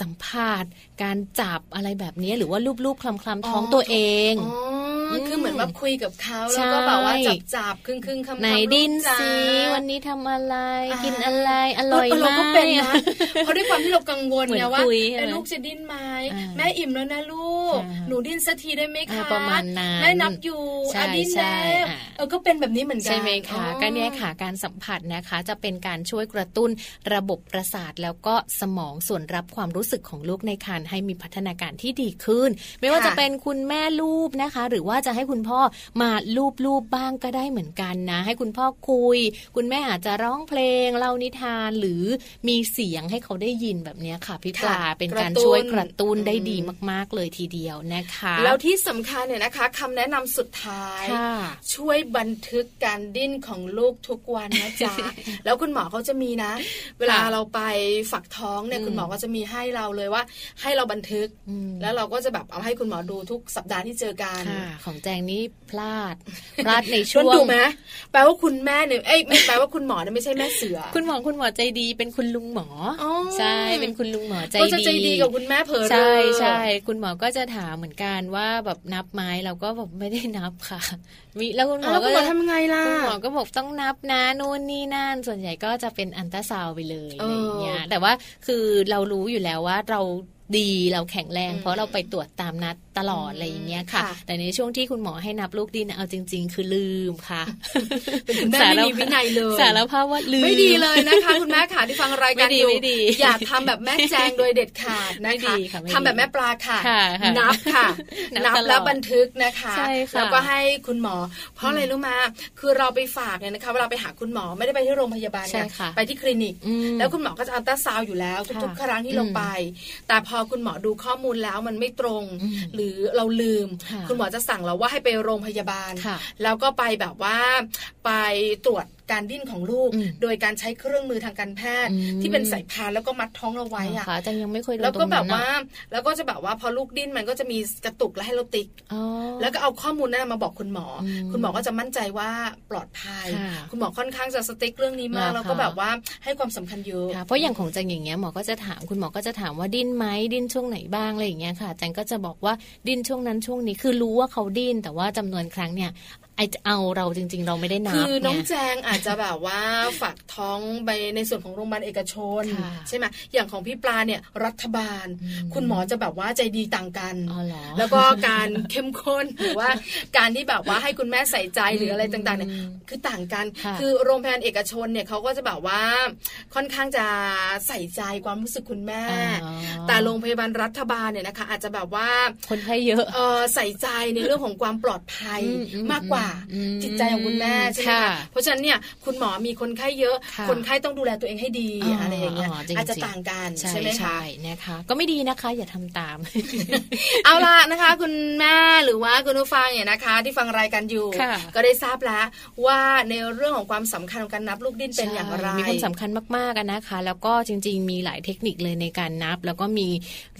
S2: สัมผัสการจับอะไรแบบนี้หรือว่าลูบๆคลำๆท้อง
S3: อ๋อ
S2: ตัวเอง
S3: อ๋ออ
S2: ม
S3: คือเหมือนว่าคุยกับเขา
S2: ใช่
S3: แล้วก็แบบว่าจับจับๆครึ่งครึ่งๆคำๆ
S2: ไหนดิ้น
S3: ลูกจ้า
S2: สิวันนี้ทำอะไร
S3: อ่า
S2: กินอะไร อร่อย
S3: เเเรา
S2: ไหม
S3: ก็เป็นนะ เพราะด้วยความที่เรากังวล
S2: เหมือน
S3: ไงว่า
S2: คุยใช่ไหม
S3: เอ้ยลูกจะดิ้นไหม
S2: อ่า
S3: แม่อิ่มแล้วนะลูก
S2: อ่า
S3: หนูดิ้นสักทีได้ไหม
S2: อ่า
S3: คะ
S2: ประมาณนั้น
S3: แม่นับอยู่
S2: ใช่
S3: อ่ะดิ้น
S2: ใช่
S3: แล้ว
S2: อ่า
S3: เออก็เป็นแบบนี้เหมือนกัน
S2: ใช่ไหมคะ
S3: อ๋อ
S2: ก็เนี่ยค่ะการสัมผัสนะคะจะเป็นการช่วยกระตุ้นระบบประสาท แล้วก็สมองส่วนรับความรู้สึกของลูกในครรภ์ให้มีพัฒนาการที่ดีขึ้น ไม่ว่า
S3: ค่ะ
S2: จะเป็นคุณแม่ลูบนะคะ หรือว่าจะให้คุณพ่อมาลูบลูบบ้างก็ได้เหมือนกันนะ ให้คุณพ่อคุย คุณแม่อาจจะร้องเพลงเล่านิทานหรือมีเสียงให้เขาได้ยินแบบเนี้ยค่ะพี่ปลาเป็นการช่วยกระตุ้นได้ดีมาก ๆ เลยทีเดียวนะคะ
S3: แล้วที่สำคัญเนี่ยนะคะคำแนะนำสุดท้าย
S2: ค่ะ
S3: ช่วยบันทึกการดิ้นของลูกทุกวันนะ จ๊ะ แล้วคุณหมอเขาจะมีนะ เวลาเราไปฝักท้องเนี่ย
S2: อืม
S3: คุณหมอก็จะมีให้เราเลยว่า ให้เราบันทึก
S2: อืม
S3: แล้วเราก็จะแบบเอาให้คุณหมอดูทุกสัปดาห์ที่เจอกัน
S2: ค่ะของแจงนี่พล าดพลาดใน
S3: ช่
S2: ช่
S3: ว
S2: วน ง
S3: ดูไหมแปลว่าคุณแม่เนี่ยเอ้ยไม่แปลว่าคุณหมอเนี่ยไม่ใช่แม่เสือ
S2: คุณหมอคุณหมอใจดีเป็นคุณลุงหมออ
S3: อ
S2: ใช่เป็นคุณลุงหมอใจ
S3: ก็จะ
S2: ดี
S3: ใจดีกับคุณแม่เผลอเรอ
S2: ใช่ใช่คุณหมอก็จะถามเหมือนกันว่าแบบนับไหมเราก็แบบไม่ได้นับค่ะ มีแล้วคุณหมอ
S3: แล้ว
S2: ก็
S3: คุณหมอทำไงล่ะ
S2: คุณหมอก็บอกต้องนับนะนู่นนี่นั่นส่วนใหญ่ก็จะเป็นอันตราซาวด์ไปเลย
S3: เอ
S2: อะไร
S3: อ
S2: อย่างเงี้ยแต่ว่าคือเรารู้อยู่แล้วว่าเราดีเราแข็งแรง
S3: อืม
S2: เพราะเราไปตรวจตามนัดตลอด
S3: อืม
S2: อะไรอย่างเงี้ยค่ะ
S3: ค่ะ
S2: แต่ในช่วงที่คุณหมอให้นับลูกดินเอาจริง ๆ คือลืมค่ะ
S3: เป็นคุณแม่ไม่มีวินัยเลย
S2: สารภาพว่าลืม
S3: ไม่ดีเลยนะคะ คุณแม่ค่ะที่ฟังรายการ
S2: ไม่ดี
S3: อยู่
S2: ไม่ดี
S3: อย่าทำแบบแม่แจงโดยเด็ดขาดนะ
S2: ไม่ดี
S3: คะ
S2: ค่ะไม่ดี
S3: ทำแบบแม่ปลาค่ะ
S2: ค่ะค่ะ
S3: นับค่ะ
S2: นั
S3: นั
S2: บบ ตลอด
S3: แล้วบันทึกนะคะ
S2: ใช่ค่ะ
S3: แล้วก็ให้คุณหมอ เพราะอะไรรู้มาคือเราไปฝากเนี่ยนะคะเวลาไปหาคุณหมอไม่ได้ไปที่โรงพยาบาล
S2: ใช่
S3: เนี่ย
S2: ค่ะ
S3: ไปที่คลินิก
S2: อืม
S3: แล้วคุณหมอก็จะอัลตราซาวด์อยู่แล้ว ทุกๆ
S2: ค่ะ
S3: ครั้งที่เรา
S2: อืม
S3: ไป แต่พอคุณหมอดูข้อมูลแล้วมันไม่ตรง
S2: อืม
S3: หรือเราลืม
S2: ค่ะ
S3: คุณหมอจะสั่งเราว่าให้ไปโรงพยาบาล
S2: ค่ะ
S3: แล้วก็ไปแบบว่าไปตรวจการดิ้นของลูก
S2: อืม
S3: โดยการใช้เครื่องมือทางการแพทย์
S2: อืม
S3: ที่เป็นสายพานแล้วก็มัดท้องเราไว้อะ
S2: ค่ะจังยังไม่เคยโดน
S3: แล้วก็แบ
S2: ต
S3: บ
S2: รงนั้น
S3: ว่า
S2: อะ
S3: แล้วก็จะแบบว่าพอลูกดิ้นมันก็จะมีกระตุกแล้วให้เราติ๊ก
S2: อ๋อ
S3: แล้วก็เอาข้อมูลนั้นมาบอกคุณหมออ
S2: ม
S3: คุณหมอก็จะมั่นใจว่าปลอดภัย
S2: ค่ะ
S3: คุณหมอค่อนข้างจะสติ๊กเรื่องนี้มาก
S2: นะคะ
S3: แล้วก็แบบว่าให้ความสำคัญเยอะ
S2: ค่ะเพราะอย่างของจังอย่างเงี้ยหมอก็จะถามคุณหมอก็จะถามว่าดิ้นไหมดิ้นช่วงไหนบ้างอะไรอย่างเงี้ยค่ะจังก็จะบอกว่าดิ้นช่วงนั้นช่วงนี้คือรู้ว่าเขาดิ้นแต่ว่าจำนวนครั้งเนี่ยไอเอาเราจริง ๆ เราไม่ได้นับ
S3: คือน้อง
S2: ไง
S3: แจงอาจจะแบบว่าฝากท้องไปในส่วนของโรงพยาบาลเอกชน
S2: ค่ะ
S3: ใช่ไหมอย่างของพี่ปลาเนี่ยรัฐบาล
S2: อืม
S3: คุณหมอจะแบบว่าใจดีต่างกัน
S2: อ๋อเหรอ
S3: แล้วก็การ เข้มข้น หรือว่าการที่แบบว่าให้คุณแม่ใส่ใจหรืออะไรต่างๆเนี่ย
S2: อืม
S3: คือต่างกัน
S2: ค่ะ
S3: อโรงพยาบาลเอกชนเนี่ยเขาก็จะแบบว่าค่อนข้างจะใส่ใจความรู้สึกคุณแม่
S2: อ๋อ
S3: แต่โรงพยาบาลรัฐบาลเนี่ยนะคะอาจจะแบบว่า
S2: คนไข้เยอะ
S3: เอ่อใส่ใจในเรื่องของความปลอดภัย
S2: อืมอืม
S3: มากกว่า
S2: อืม
S3: จิตใจของคุณแม่ใช่ไหม
S2: ค่ะ
S3: คะเพราะฉะนั้นเนี่ยคุณหมอมีคนไข้เยอะ
S2: ค่ะ
S3: คนไข้ต้องดูแลตัวเองให้ดี
S2: อ๋ออ
S3: อะไรอย่างเงี้ย
S2: อ๋อจริงๆ
S3: อาจจะต่างกัน
S2: ใช่
S3: ใช่ไหม
S2: ใช่
S3: คะ
S2: นะคะ ก็ไม่ดีนะคะ อย่าทำตาม
S3: เอาล่ะนะคะ คุณแม่หรือว่าคุณผู้ฟังเนี่ยนะคะ ที่ฟังรายการอยู่
S2: ค่ะ
S3: ก็ได้ทราบแล้วว่าในเรื่องของความสำคัญของการนับลูกดิ้นเป็นอย่างไร
S2: ใช่มีความสำคัญมากๆอะนะคะ แล้วก็จริง ๆ มีหลายเทคนิคเลยในการนับ แล้วก็มี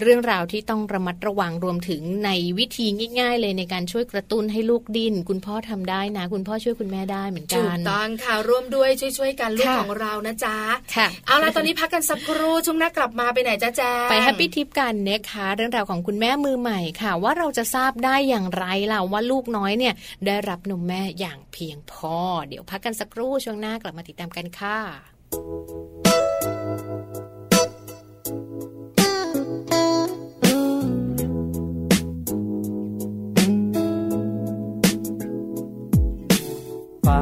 S2: เรื่องราวที่ต้องระมัดระวังรวมถึงในวิธีง่าย ๆ เลยในการช่วยกระตุ้นให้ลูกดิ้นคุณพ่อทำได้นะ คุณพ่อช่วยคุณแม่ได้เหมือนกั
S3: ถูก
S2: น
S3: ต้องค่ะร่วมด้วยช่วยๆกันลูก
S2: ค่ะ
S3: ของเรานะจ๊ะ
S2: ค่ะ
S3: เอาล่ะตอนนี้พักกันสักครู่ช่วงหน้ากลับมาไปไหนจ๊ะแจง
S2: ไปแฮปปี้ทิปกันนะคะเรื่องราวของคุณแม่มือใหม่ค่ะ ว่าเราจะทราบได้อย่างไรล่ะว่าลูกน้อยเนี่ยได้รับนมแม่อย่างเพียงพอ เดี๋ยวพักกันสักครู่ช่วงหน้ากลับมาติดตามกันค่ะ
S1: ฟ้า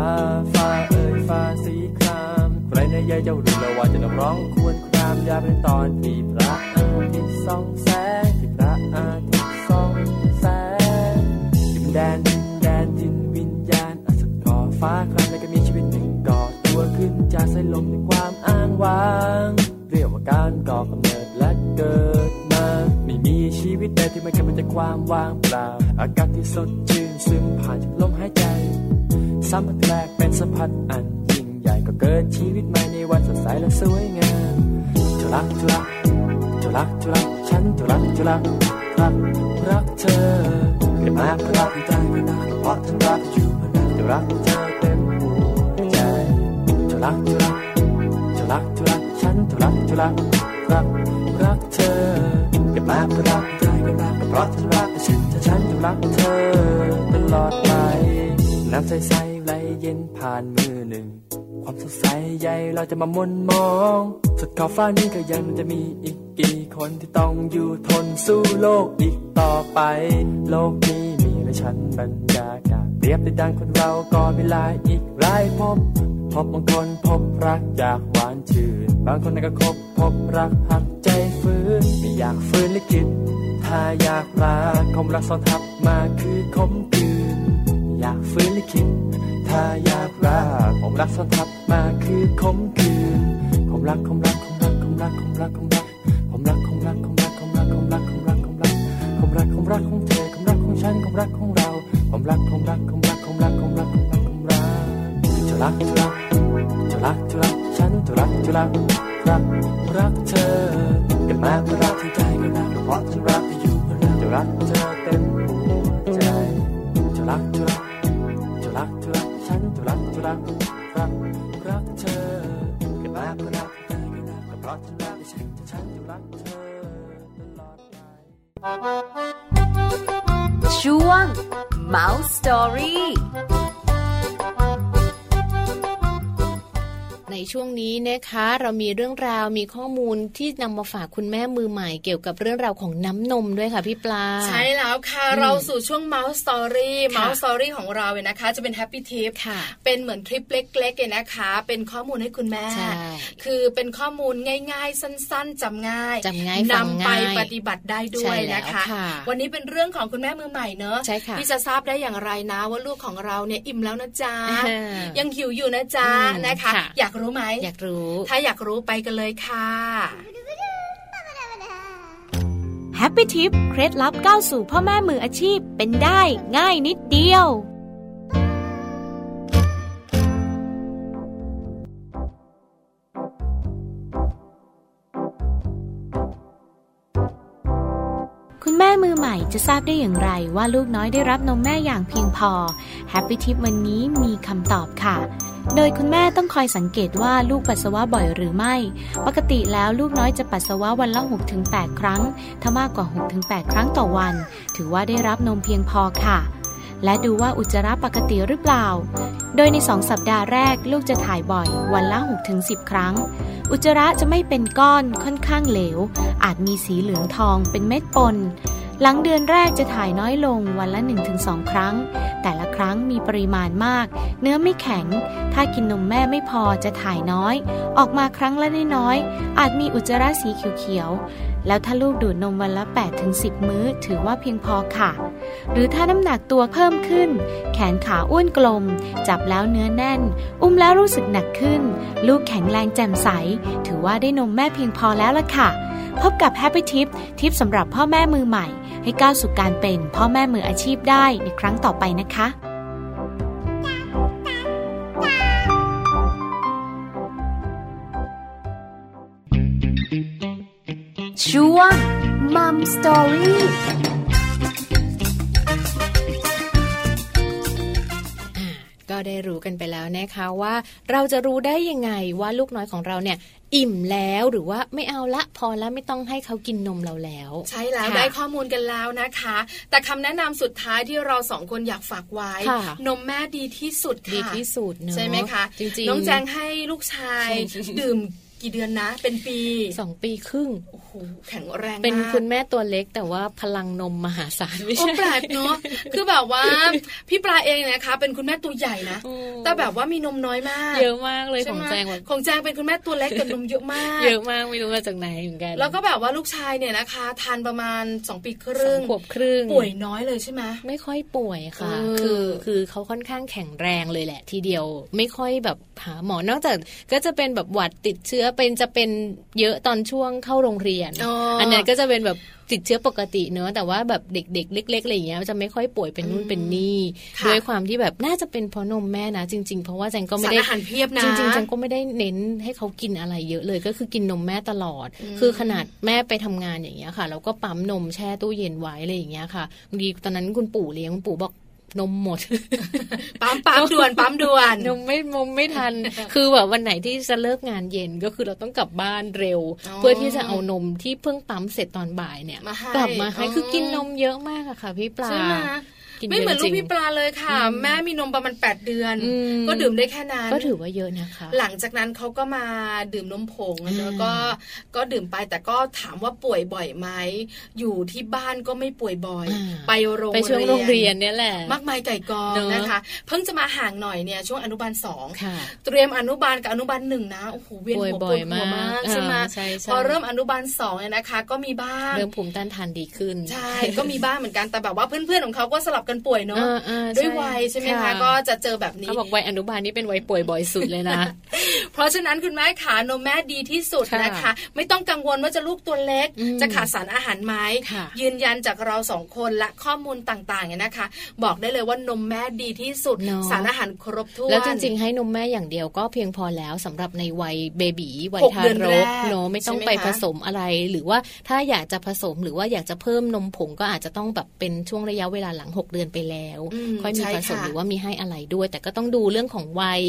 S1: ฟ้าเอ่ยฟ้าสีครามไรในใยเจ้าดูละว่าจะนับร้องควรครามยาเป็นตอนที่พระอาทิตย์ส่องแสงที่พระอาทิตย์ส่องแสงดินแดนดินแดนดินวิญญาณอาศักก่อฟ้าครามแล้วก็มีชีวิตหนึ่งก่อตัวขึ้นจากสายลมในความอ้างว้าง เรียกว่าการก่อกำเนิดและเกิดมา ไม่มีชีวิตใดที่ไม่กำเนิดจากความว่างเปล่า อากาศที่สดชื่นซึมผ่านจากลมหายใจ สัมผัสแรกเป็นสัมผัสอันยิ่งใหญ่ก็เกิดชีวิตใหม่ในวันสดใสและสวยงามจุลักจุลักจุลักจุลักฉันจุลักจุลักรักรักเธอเกิดมาเพื่อรักใจเพื่อรักเพราะฉันรักอยู่เพื่อรักจะรักเธอเต็มหัวใจจุลักจุลักจุลักจุลักฉันจุลักจุลักรักรักเธอเกิดมาเพื่อรักใจเพื่อรักเพราะฉันรักฉันจะฉันจุลักเธอตลอดไป น้ำใสๆไหลเย็นผ่านมือหนึ่ง ความสดใสใยเราจะมามนมอง สุดขอบฟ้านี้ก็ยังจะมีอีกกี่คนที่ต้องอยู่ทนสู้โลกอีกต่อไป โลกนี้มีและฉันบรรยากาศเรียบได้ดังคนเราก่อนเวลาอีกหลายพบ พบบางคนพบรักอยากหวานชื่น บางคนนั้นก็คบพบรักหักใจฟื้นไม่อยากฟื้นหรือคิด ถ้าอยากรักคงรักซ้อนทับมาคือคมคืน อยากฟื้นหรือคิด ถ้าอยากรักผมรักซ้อนทับมาคือคมคืนผมรักผมรักผมรักผมรักผมรักผมรักผมรักผมรักผมรักผมรักผมรักผมรักผมรักผมรักผมรักของเธอผมรักของฉันผมรักของเราผมรักผมรักผมรักผมรักผมรักผมรักผมรักจะรักจะรักจะรักจะรักฉันจะรักจะรักรักรักเธอเกิดมาเพื่อรักที่ใจก็รักเพราะฉันรักที่อยู่เพื่อรักจะรักเธอเต็มหัวใจจะรักจะรัก จะรักจะรักฉันจะรักจะรักรักรักเธอเกิดมาเพื่อรักเธอเกิดมาก็เพราะฉันรักฉันจะฉันจะรักเธอตลอดไป
S6: ช่วง Mouse Story
S2: ในช่วงนี้นะคะ เรามีเรื่องราวมีข้อมูลที่นำมาฝากคุณแม่มือใหม่ เกี่ยวกับเรื่องราวของน้ำนมด้วยค่ะพี่ปลา
S3: ใช่แล้วค่ะ
S2: อืม
S3: เราสู่ช่วง Mouse Story
S2: ค่ะ
S3: Mouse Story ของเราเนี่ยนะคะ จะเป็น Happy Tip
S2: ค่ะ
S3: เป็นเหมือนทริปเล็กๆเลยนะคะ เป็นข้อมูลให้คุณแม่
S2: ใช่
S3: คือเป็นข้อมูลง่าย ๆ สั้น ๆจำง่าย
S2: จำง่ายฟัง
S3: นำ
S2: ง
S3: ไป
S2: ่าย
S3: ปฏิบัติได้ด้วยนะคะ
S2: ใช่แล้วค่ะ
S3: วันนี้เป็นเรื่องของคุณแม่มือใหม่เนอะ
S2: ใช่ค่ะ
S3: ที่จะทราบได้อย่างไรนะว่าลูกของเราเนี่ยอิ่มแล้วนะ จ๊ะ
S2: อ่าฮะ
S3: ยังหิวอยู่นะจ๊ะ
S2: อืม
S3: นะคะ
S2: ค่ะ
S3: อยากรู้ไหม
S2: อยากรู้
S3: ถ้าอยากรู้ไปกันเลยค่ะ
S6: แฮปปี้ทิปเคล็ดลับก้าวสู่พ่อแม่มืออาชีพเป็นได้ง่ายนิดเดียว
S4: คุณแม่มือใหม่จะทราบได้อย่างไรว่าลูกน้อยได้รับนมแม่อย่างเพียงพอ Happy Tip วันนี้มีคำตอบค่ะ โดยคุณแม่ต้องคอยสังเกตว่าลูกปัสสาวะบ่อยหรือไม่ ปกติแล้วลูกน้อยจะปัสสาวะวันละ 6-8 ครั้ง ถ้ามากกว่า 6-8 ครั้งต่อวัน ถือว่าได้รับนมเพียงพอค่ะ และดูว่าอุจจาระปกติหรือเปล่า โดยใน 2 สัปดาห์แรก ลูกจะถ่ายบ่อย วันละ 6-10 ครั้ง อุจจาระจะไม่เป็นก้อนค่อนข้างเหลว อาจมีสีเหลืองทองเป็นเม็ดปน
S6: หลังเดือนแรกจะถ่ายน้อยลงวันละ 1-2 ครั้ง แต่ละครั้งมีปริมาณมาก เนื้อไม่แข็ง ถ้ากินนมแม่ไม่พอจะถ่ายน้อย ออกมาครั้งละน้อยๆอาจมีอุจจาระสีเขียวๆ แล้วถ้าลูกดูดนมวันละ 8-10 มื้อ ถือว่าเพียงพอค่ะ หรือถ้าน้ำหนักตัวเพิ่มขึ้น แขนขาอ้วนกลม จับแล้วเนื้อแน่น อุ้มแล้วรู้สึกหนักขึ้น ลูกแข็งแรงแจ่มใส ถือว่าได้นมแม่เพียงพอแล้วล่ะค่ะ พบกับ Happy Tip ทิปสำหรับพ่อแม่มือใหม่ ให้ก้าวสู่การเป็นพ่อแม่มืออาชีพได้ในครั้งต่อไปนะคะ
S4: ช่วงมัมสตอรี่
S2: อ่าก็ได้รู้กันไปแล้วนะคะว่า เราจะรู้ได้ยังไงว่าลูกน้อยของเราเนี่ย อิ่มแล้วหรือว่าไม่เอาละพอแล้วไม่ต้องให้เขากินนมเราแล้ว
S3: ใช่แล้ว
S2: ค่ะ
S3: ได้ข้อมูลกันแล้วนะคะ แต่คำแนะนำสุดท้ายที่เราสองคนอยากฝากไว้
S2: ค่ะ
S3: นมแม่ดีที่สุดค่ะ
S2: ดีที่สุดเนอะ
S3: ใช่ไหมคะ
S2: จริงๆ
S3: น้องแจงให้ลูกชาย
S2: ใช่
S3: ดื่มกี่เดือนนะ เป็นปี
S2: สองปีครึ่ง
S3: โอ้โหแข็งแรงมาก
S2: เป็นคุณแม่ตัวเล็กแต่ว่าพลังนมมหาศาลไม่
S3: โอ้
S2: ใช่
S3: แปลกเนาะคือแบบว่า พี่ปลาเองนะคะ เป็นคุณแม่ตัวใหญ่นะ แต่แบบว่ามีนมน้อยมาก
S2: เยอะมากเลย
S3: ใช่
S2: ของ
S3: ไหม
S2: แจงแบบ
S3: ของแจงเป็นคุณแม่ตัวเล็กแต่นมเยอะมาก
S2: เยอะมากไม่รู้มาจากไหนเหมือนกัน
S3: แล้วก็แบบว่าลูกชายเนี่ยนะคะ ทานประมาณสองปีค
S2: สอ
S3: รึ่
S2: ง
S3: ง
S2: ขวบครึ่ง
S3: ป่วยน้อยเลยใช่ไหม
S2: ไม่ค่อยป่วยค่ะ
S3: เออ
S2: คือคือเขาค่อนข้างแข็งแรงเลยแหละ ทีเดียวไม่ค่อยแบบหาหมอนอกจากก็จะเป็นแบบหวัดติดเชื้อเป็นจะเป็นเยอะตอนช่วงเข้าโรงเรียน อันนั้นก็จะเป็นแบบติดเชื้อปกติเนอะแต่ว่าแบบเด็ก ๆ เล็กๆอะไรอย่างเงี้ยจะไม่ค่อยป่วยเป็นนู่นเป็นนี่
S3: ค่ะ
S2: ด้วยความที่แบบน่าจะเป็นเพราะนมแม่นะจริง ๆ เพราะว่าแจงก็ไม่
S3: สาร
S2: ได้
S3: อาหารเพียบนะ
S2: จริงๆจังก็ไม่ได้เน้นให้เขากินอะไรเยอะเลย ก็คือกินนมแม่ตลอด คือขนาดแม่ไปทำงานอย่างเงี้ยค่ะ แล้วก็ปั๊มนมแช่ตู้เย็นไว้อะไรอย่างเงี้ยค่ะบางทีตอนนั้นคุณปู่เลี้ยงคุณปู่บอกนมห มด
S3: ปั๊มปั๊มด่วนปั๊มด่วน
S2: นมไม่นมไม่ ทัน คือแบบวันไหนที่จะเลิกงานเย็นก็คือเราต้องกลับบ้านเร็ว
S3: อ๋อ
S2: เพื่อที่จะเอานมที่เพิ่งปั๊มเสร็จตอนบ่ายเนี่ย
S3: มาให้
S2: กลับมาให้
S3: อ๋อ
S2: คือกินนมเยอะมากอะค่ะพี่ปลา
S3: ใช่ไหม
S2: กิ
S3: ไม่เหมือน
S2: ยะจ
S3: ลูก
S2: ง
S3: พี่ปลาเลยค่ะ แม่มีนมประมาณ 8 เดือน
S2: อืม
S3: ก็ดื่มได้แค่นั้น
S2: ก็ถือว่าเยอะนะคะ
S3: หลังจากนั้นเขาก็มาดื่มนมผง
S2: อ่า
S3: แล้วก็ก็ดื่มไปแต่ก็ถามว่าป่วยบ่อยไหมอยู่ที่บ้านก็ไม่ป่วยบ่อย ไปโรง
S2: ไปช่วงโรงเรียนเนี่ยแหละ
S3: มากมายไก่กอง
S2: เนอะ
S3: นะคะ เพิ่งจะมาห่างหน่อยเนี่ยช่วงอนุบาลสอง
S2: ค่ะ
S3: เตรียมอนุบาลกับอนุบาลหนึ่งนะโอ้โหเวียน
S2: ป่วย
S3: หัวป
S2: บ่
S3: ว
S2: อ
S3: ด
S2: ย
S3: หัวมาก
S2: มาก
S3: ใช่ไหม
S2: อ่าใช่ใช่
S3: พอเริ่มอนุบาลสองเนี่ยนะคะ ก็มีบ้าง
S2: เริ่มภูมิต้านทานดีขึ้น
S3: ใช่ ก็มีบ้างเหมือนกัน แต่แบบว่าเพื่อนๆของเขาก็สลับกันป่วยเนาะ
S2: อ่าอ่าใช่
S3: ด้วยวัยใช่ไหมคะ
S2: ค่ะ
S3: ก็จะเจอแบบนี้
S2: เขาบอกวัยอนุบาลนี่เป็นวัยป่วยบ่อยสุดเลยนะ
S3: เพราะฉะนั้นคุณแม่ขานมแม่ดีที่สุด
S2: ค่ะ
S3: นะคะ ไม่ต้องกังวลว่าจะลูกตัวเล็ก
S2: อืม
S3: จะขาดสารอาหารไหม
S2: ค่ะ
S3: ยืนยันจากเราสองคนและข้อมูลต่างๆเนี่ยนะคะ บอกได้เลยว่านมแม่ดีที่สุด
S2: เนอะ
S3: สารอาหารครบถ้วน
S2: แล้วจริงๆ ให้นมแม่อย่างเดียวก็เพียงพอแล้วสำหรับในวัยเบบีวัย
S3: หก
S2: ทา
S3: เดือน
S2: ร
S3: แรก
S2: กเนอะไม่ต้อง
S3: ใช่ไหม
S2: ไป
S3: คะ
S2: ผสมอะไร หรือว่าถ้าอยากจะผสมหรือว่าอยากจะเพิ่มนมผงก็อาจจะต้องแบบเป็นช่วงระยะเวลาหลัง 6 เดือนไปแล้ว
S3: ม
S2: ค่อยมี
S3: ใช่
S2: ผสม
S3: ค่ะ
S2: หรือว่ามีให้อะไรด้วย แต่ก็ต้องดูเรื่องของวัย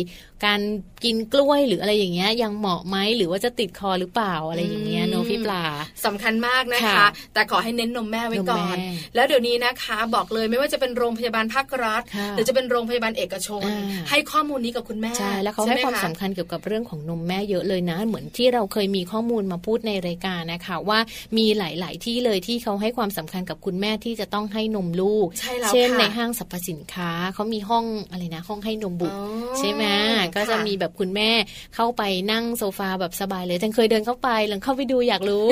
S2: การกินกล้วยหรืออะไรอย่างเงี้ยยังเหมาะไหมหรือว่าจะติดคอหรือเปล่าอะไรอย่างเงี้ยเนอะพี่ปลา
S3: สำคัญมากนะคะ
S2: ค่ะ
S3: แต่ขอให้เน้นนมแม่ไว้ก่อน
S2: นมแม่
S3: แล้วเดี๋ยวนี้นะคะ บอกเลยไม่ว่าจะเป็นโรงพยาบาลภาครัฐ
S2: ค่ะ
S3: หรือจะเป็นโรงพยาบาลเอกชน
S2: อ่า
S3: ให้ข้อมูลนี้กับคุณแม่
S2: ใช่แล้วเขาให้
S3: ช่ไ
S2: ความสำ
S3: ะ
S2: คัญเกี่ยวกับเรื่องของนมแม่เยอะเลยนะ เหมือนที่เราเคยมีข้อมูลมาพูดในรายการนะคะ ว่ามีหลาย ๆ ที่เลยที่เขาให้ความสำคัญกับคุณแม่ที่จะต้องให้นมลูก
S3: ใช่แล้ว
S2: เช่น
S3: ค่ะ
S2: ในห้างสรรพสินค้าเขามีห้องอะไรนะ ห้องให้นมบุตร
S3: อ๋อ
S2: ใช่ไหม
S3: ค่ะ
S2: ก็จะมีแบบคุณแม่เข้าไปนั่งโซฟาแบบสบายเลยจังเคยเดินเข้าไปหลังเข้าไปดูอยาก รู้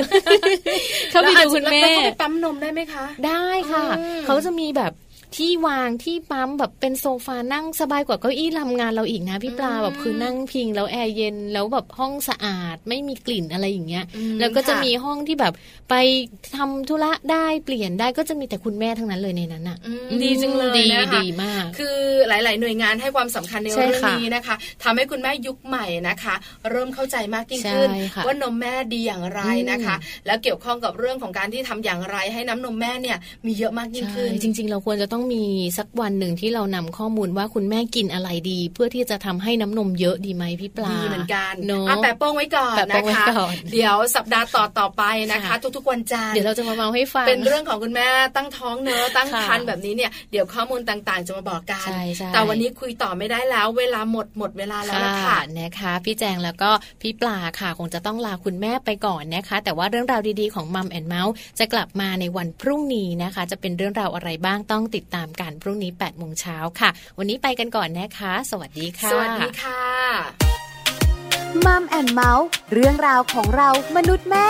S2: เข้าไปดูคุณแม่
S3: ล้วอาจจะแล้วก็ไปปั๊มนมได้ไหมคะ
S2: ได้ค่ะ
S3: อืม
S2: เขาจะมีแบบที่วางที่ปั๊มแบบเป็นโซฟานั่งสบายกว่าเก้าอี้ทำงานเราอีกนะพี่ปลา
S3: อืม
S2: แบบคือนั่งพิงแล้วแอร์เย็นแล้วแบบห้องสะอาดไม่มีกลิ่นอะไรอย่างเงี้ย
S3: อืม
S2: แล้วก็จะ
S3: ค่ะ
S2: มีห้องที่แบบไปทำธุระได้เปลี่ยนได้ก็จะมีแต่คุณแม่ทั้งนั้นเลยในนั้นอ่ะ
S3: อืม
S2: อืม
S3: ดีจังเลย
S2: ดี
S3: นะคะ
S2: ดีมาก
S3: คือหลาย ๆ หน่วยงานให้ความสำคัญใน
S2: ใช่
S3: เรื่อง
S2: ค่ะ
S3: นี้นะคะทำให้คุณแม่ยุคใหม่นะคะ เริ่มเข้าใจมากยิ่งขึ้น
S2: ใช่ค่ะ
S3: ว่านมแม่ดีอย่างไรนะคะ แล้วเกี่ยวข้องกับเรื่องของการที่ทำอย่างไร ให้น้ำนมแม่เนี่ยมีเยอะมากยิ่ง
S2: ใช่
S3: ขึ้น
S2: จริง ๆ เราควรจะต้อง ต้องมีสักวันหนึ่งที่เรานำข้อมูลว่าคุณแม่กินอะไรดี เพื่อที่จะทำให้น้ำนมเยอะดีไหมพี่ปลา
S3: ดีเหมือนกัน
S2: เนาะ
S3: อ่ะแปะโป้งไว้ก่อน
S2: แปะโป้
S3: นะ
S2: งไว้
S3: คะ
S2: ก่อน
S3: เดี๋ยวสัปดาห์ต่อต่อๆไปนะคะ
S2: ค่ะ
S3: ทุกๆวันจันทร์
S2: เดี๋ยวเราจะมาเมาให้ฟัง
S3: เป็นเรื่องของคุณแม่ตั้งท้องเนอะตั้ง
S2: ค่ะ
S3: ครรภ์แบบนี้เนี่ยเดี๋ยวข้อมูลต่างๆ จะมาบอกกัน
S2: ใช่ใช่
S3: แต่วันนี้คุยต่อไม่ได้แล้ว เวลาหมดหมดเวลาแล้วล่ะค่ะ
S2: ค่ะนะคะ พี่แจงแล้วก็พี่ปลาค่ะคงจะต้องลาคุณแม่ไปก่อนนะคะ แต่ว่าเรื่องราวดีๆของมัมแอนเมาส์จะกลับมาในวันพรุ่งนี้นะคะ จะเป็นเรื่องราวอะไรบ้างต้องติดตามกันพรุ่งนี้8ปดโมงเช้าค่ะ วันนี้ไปกันก่อนนะคะ สวัสดีค่ะ
S3: สวัสดีค่ะ
S4: มัมแอนเมาส์เรื่องราวของเรามนุษย์แม่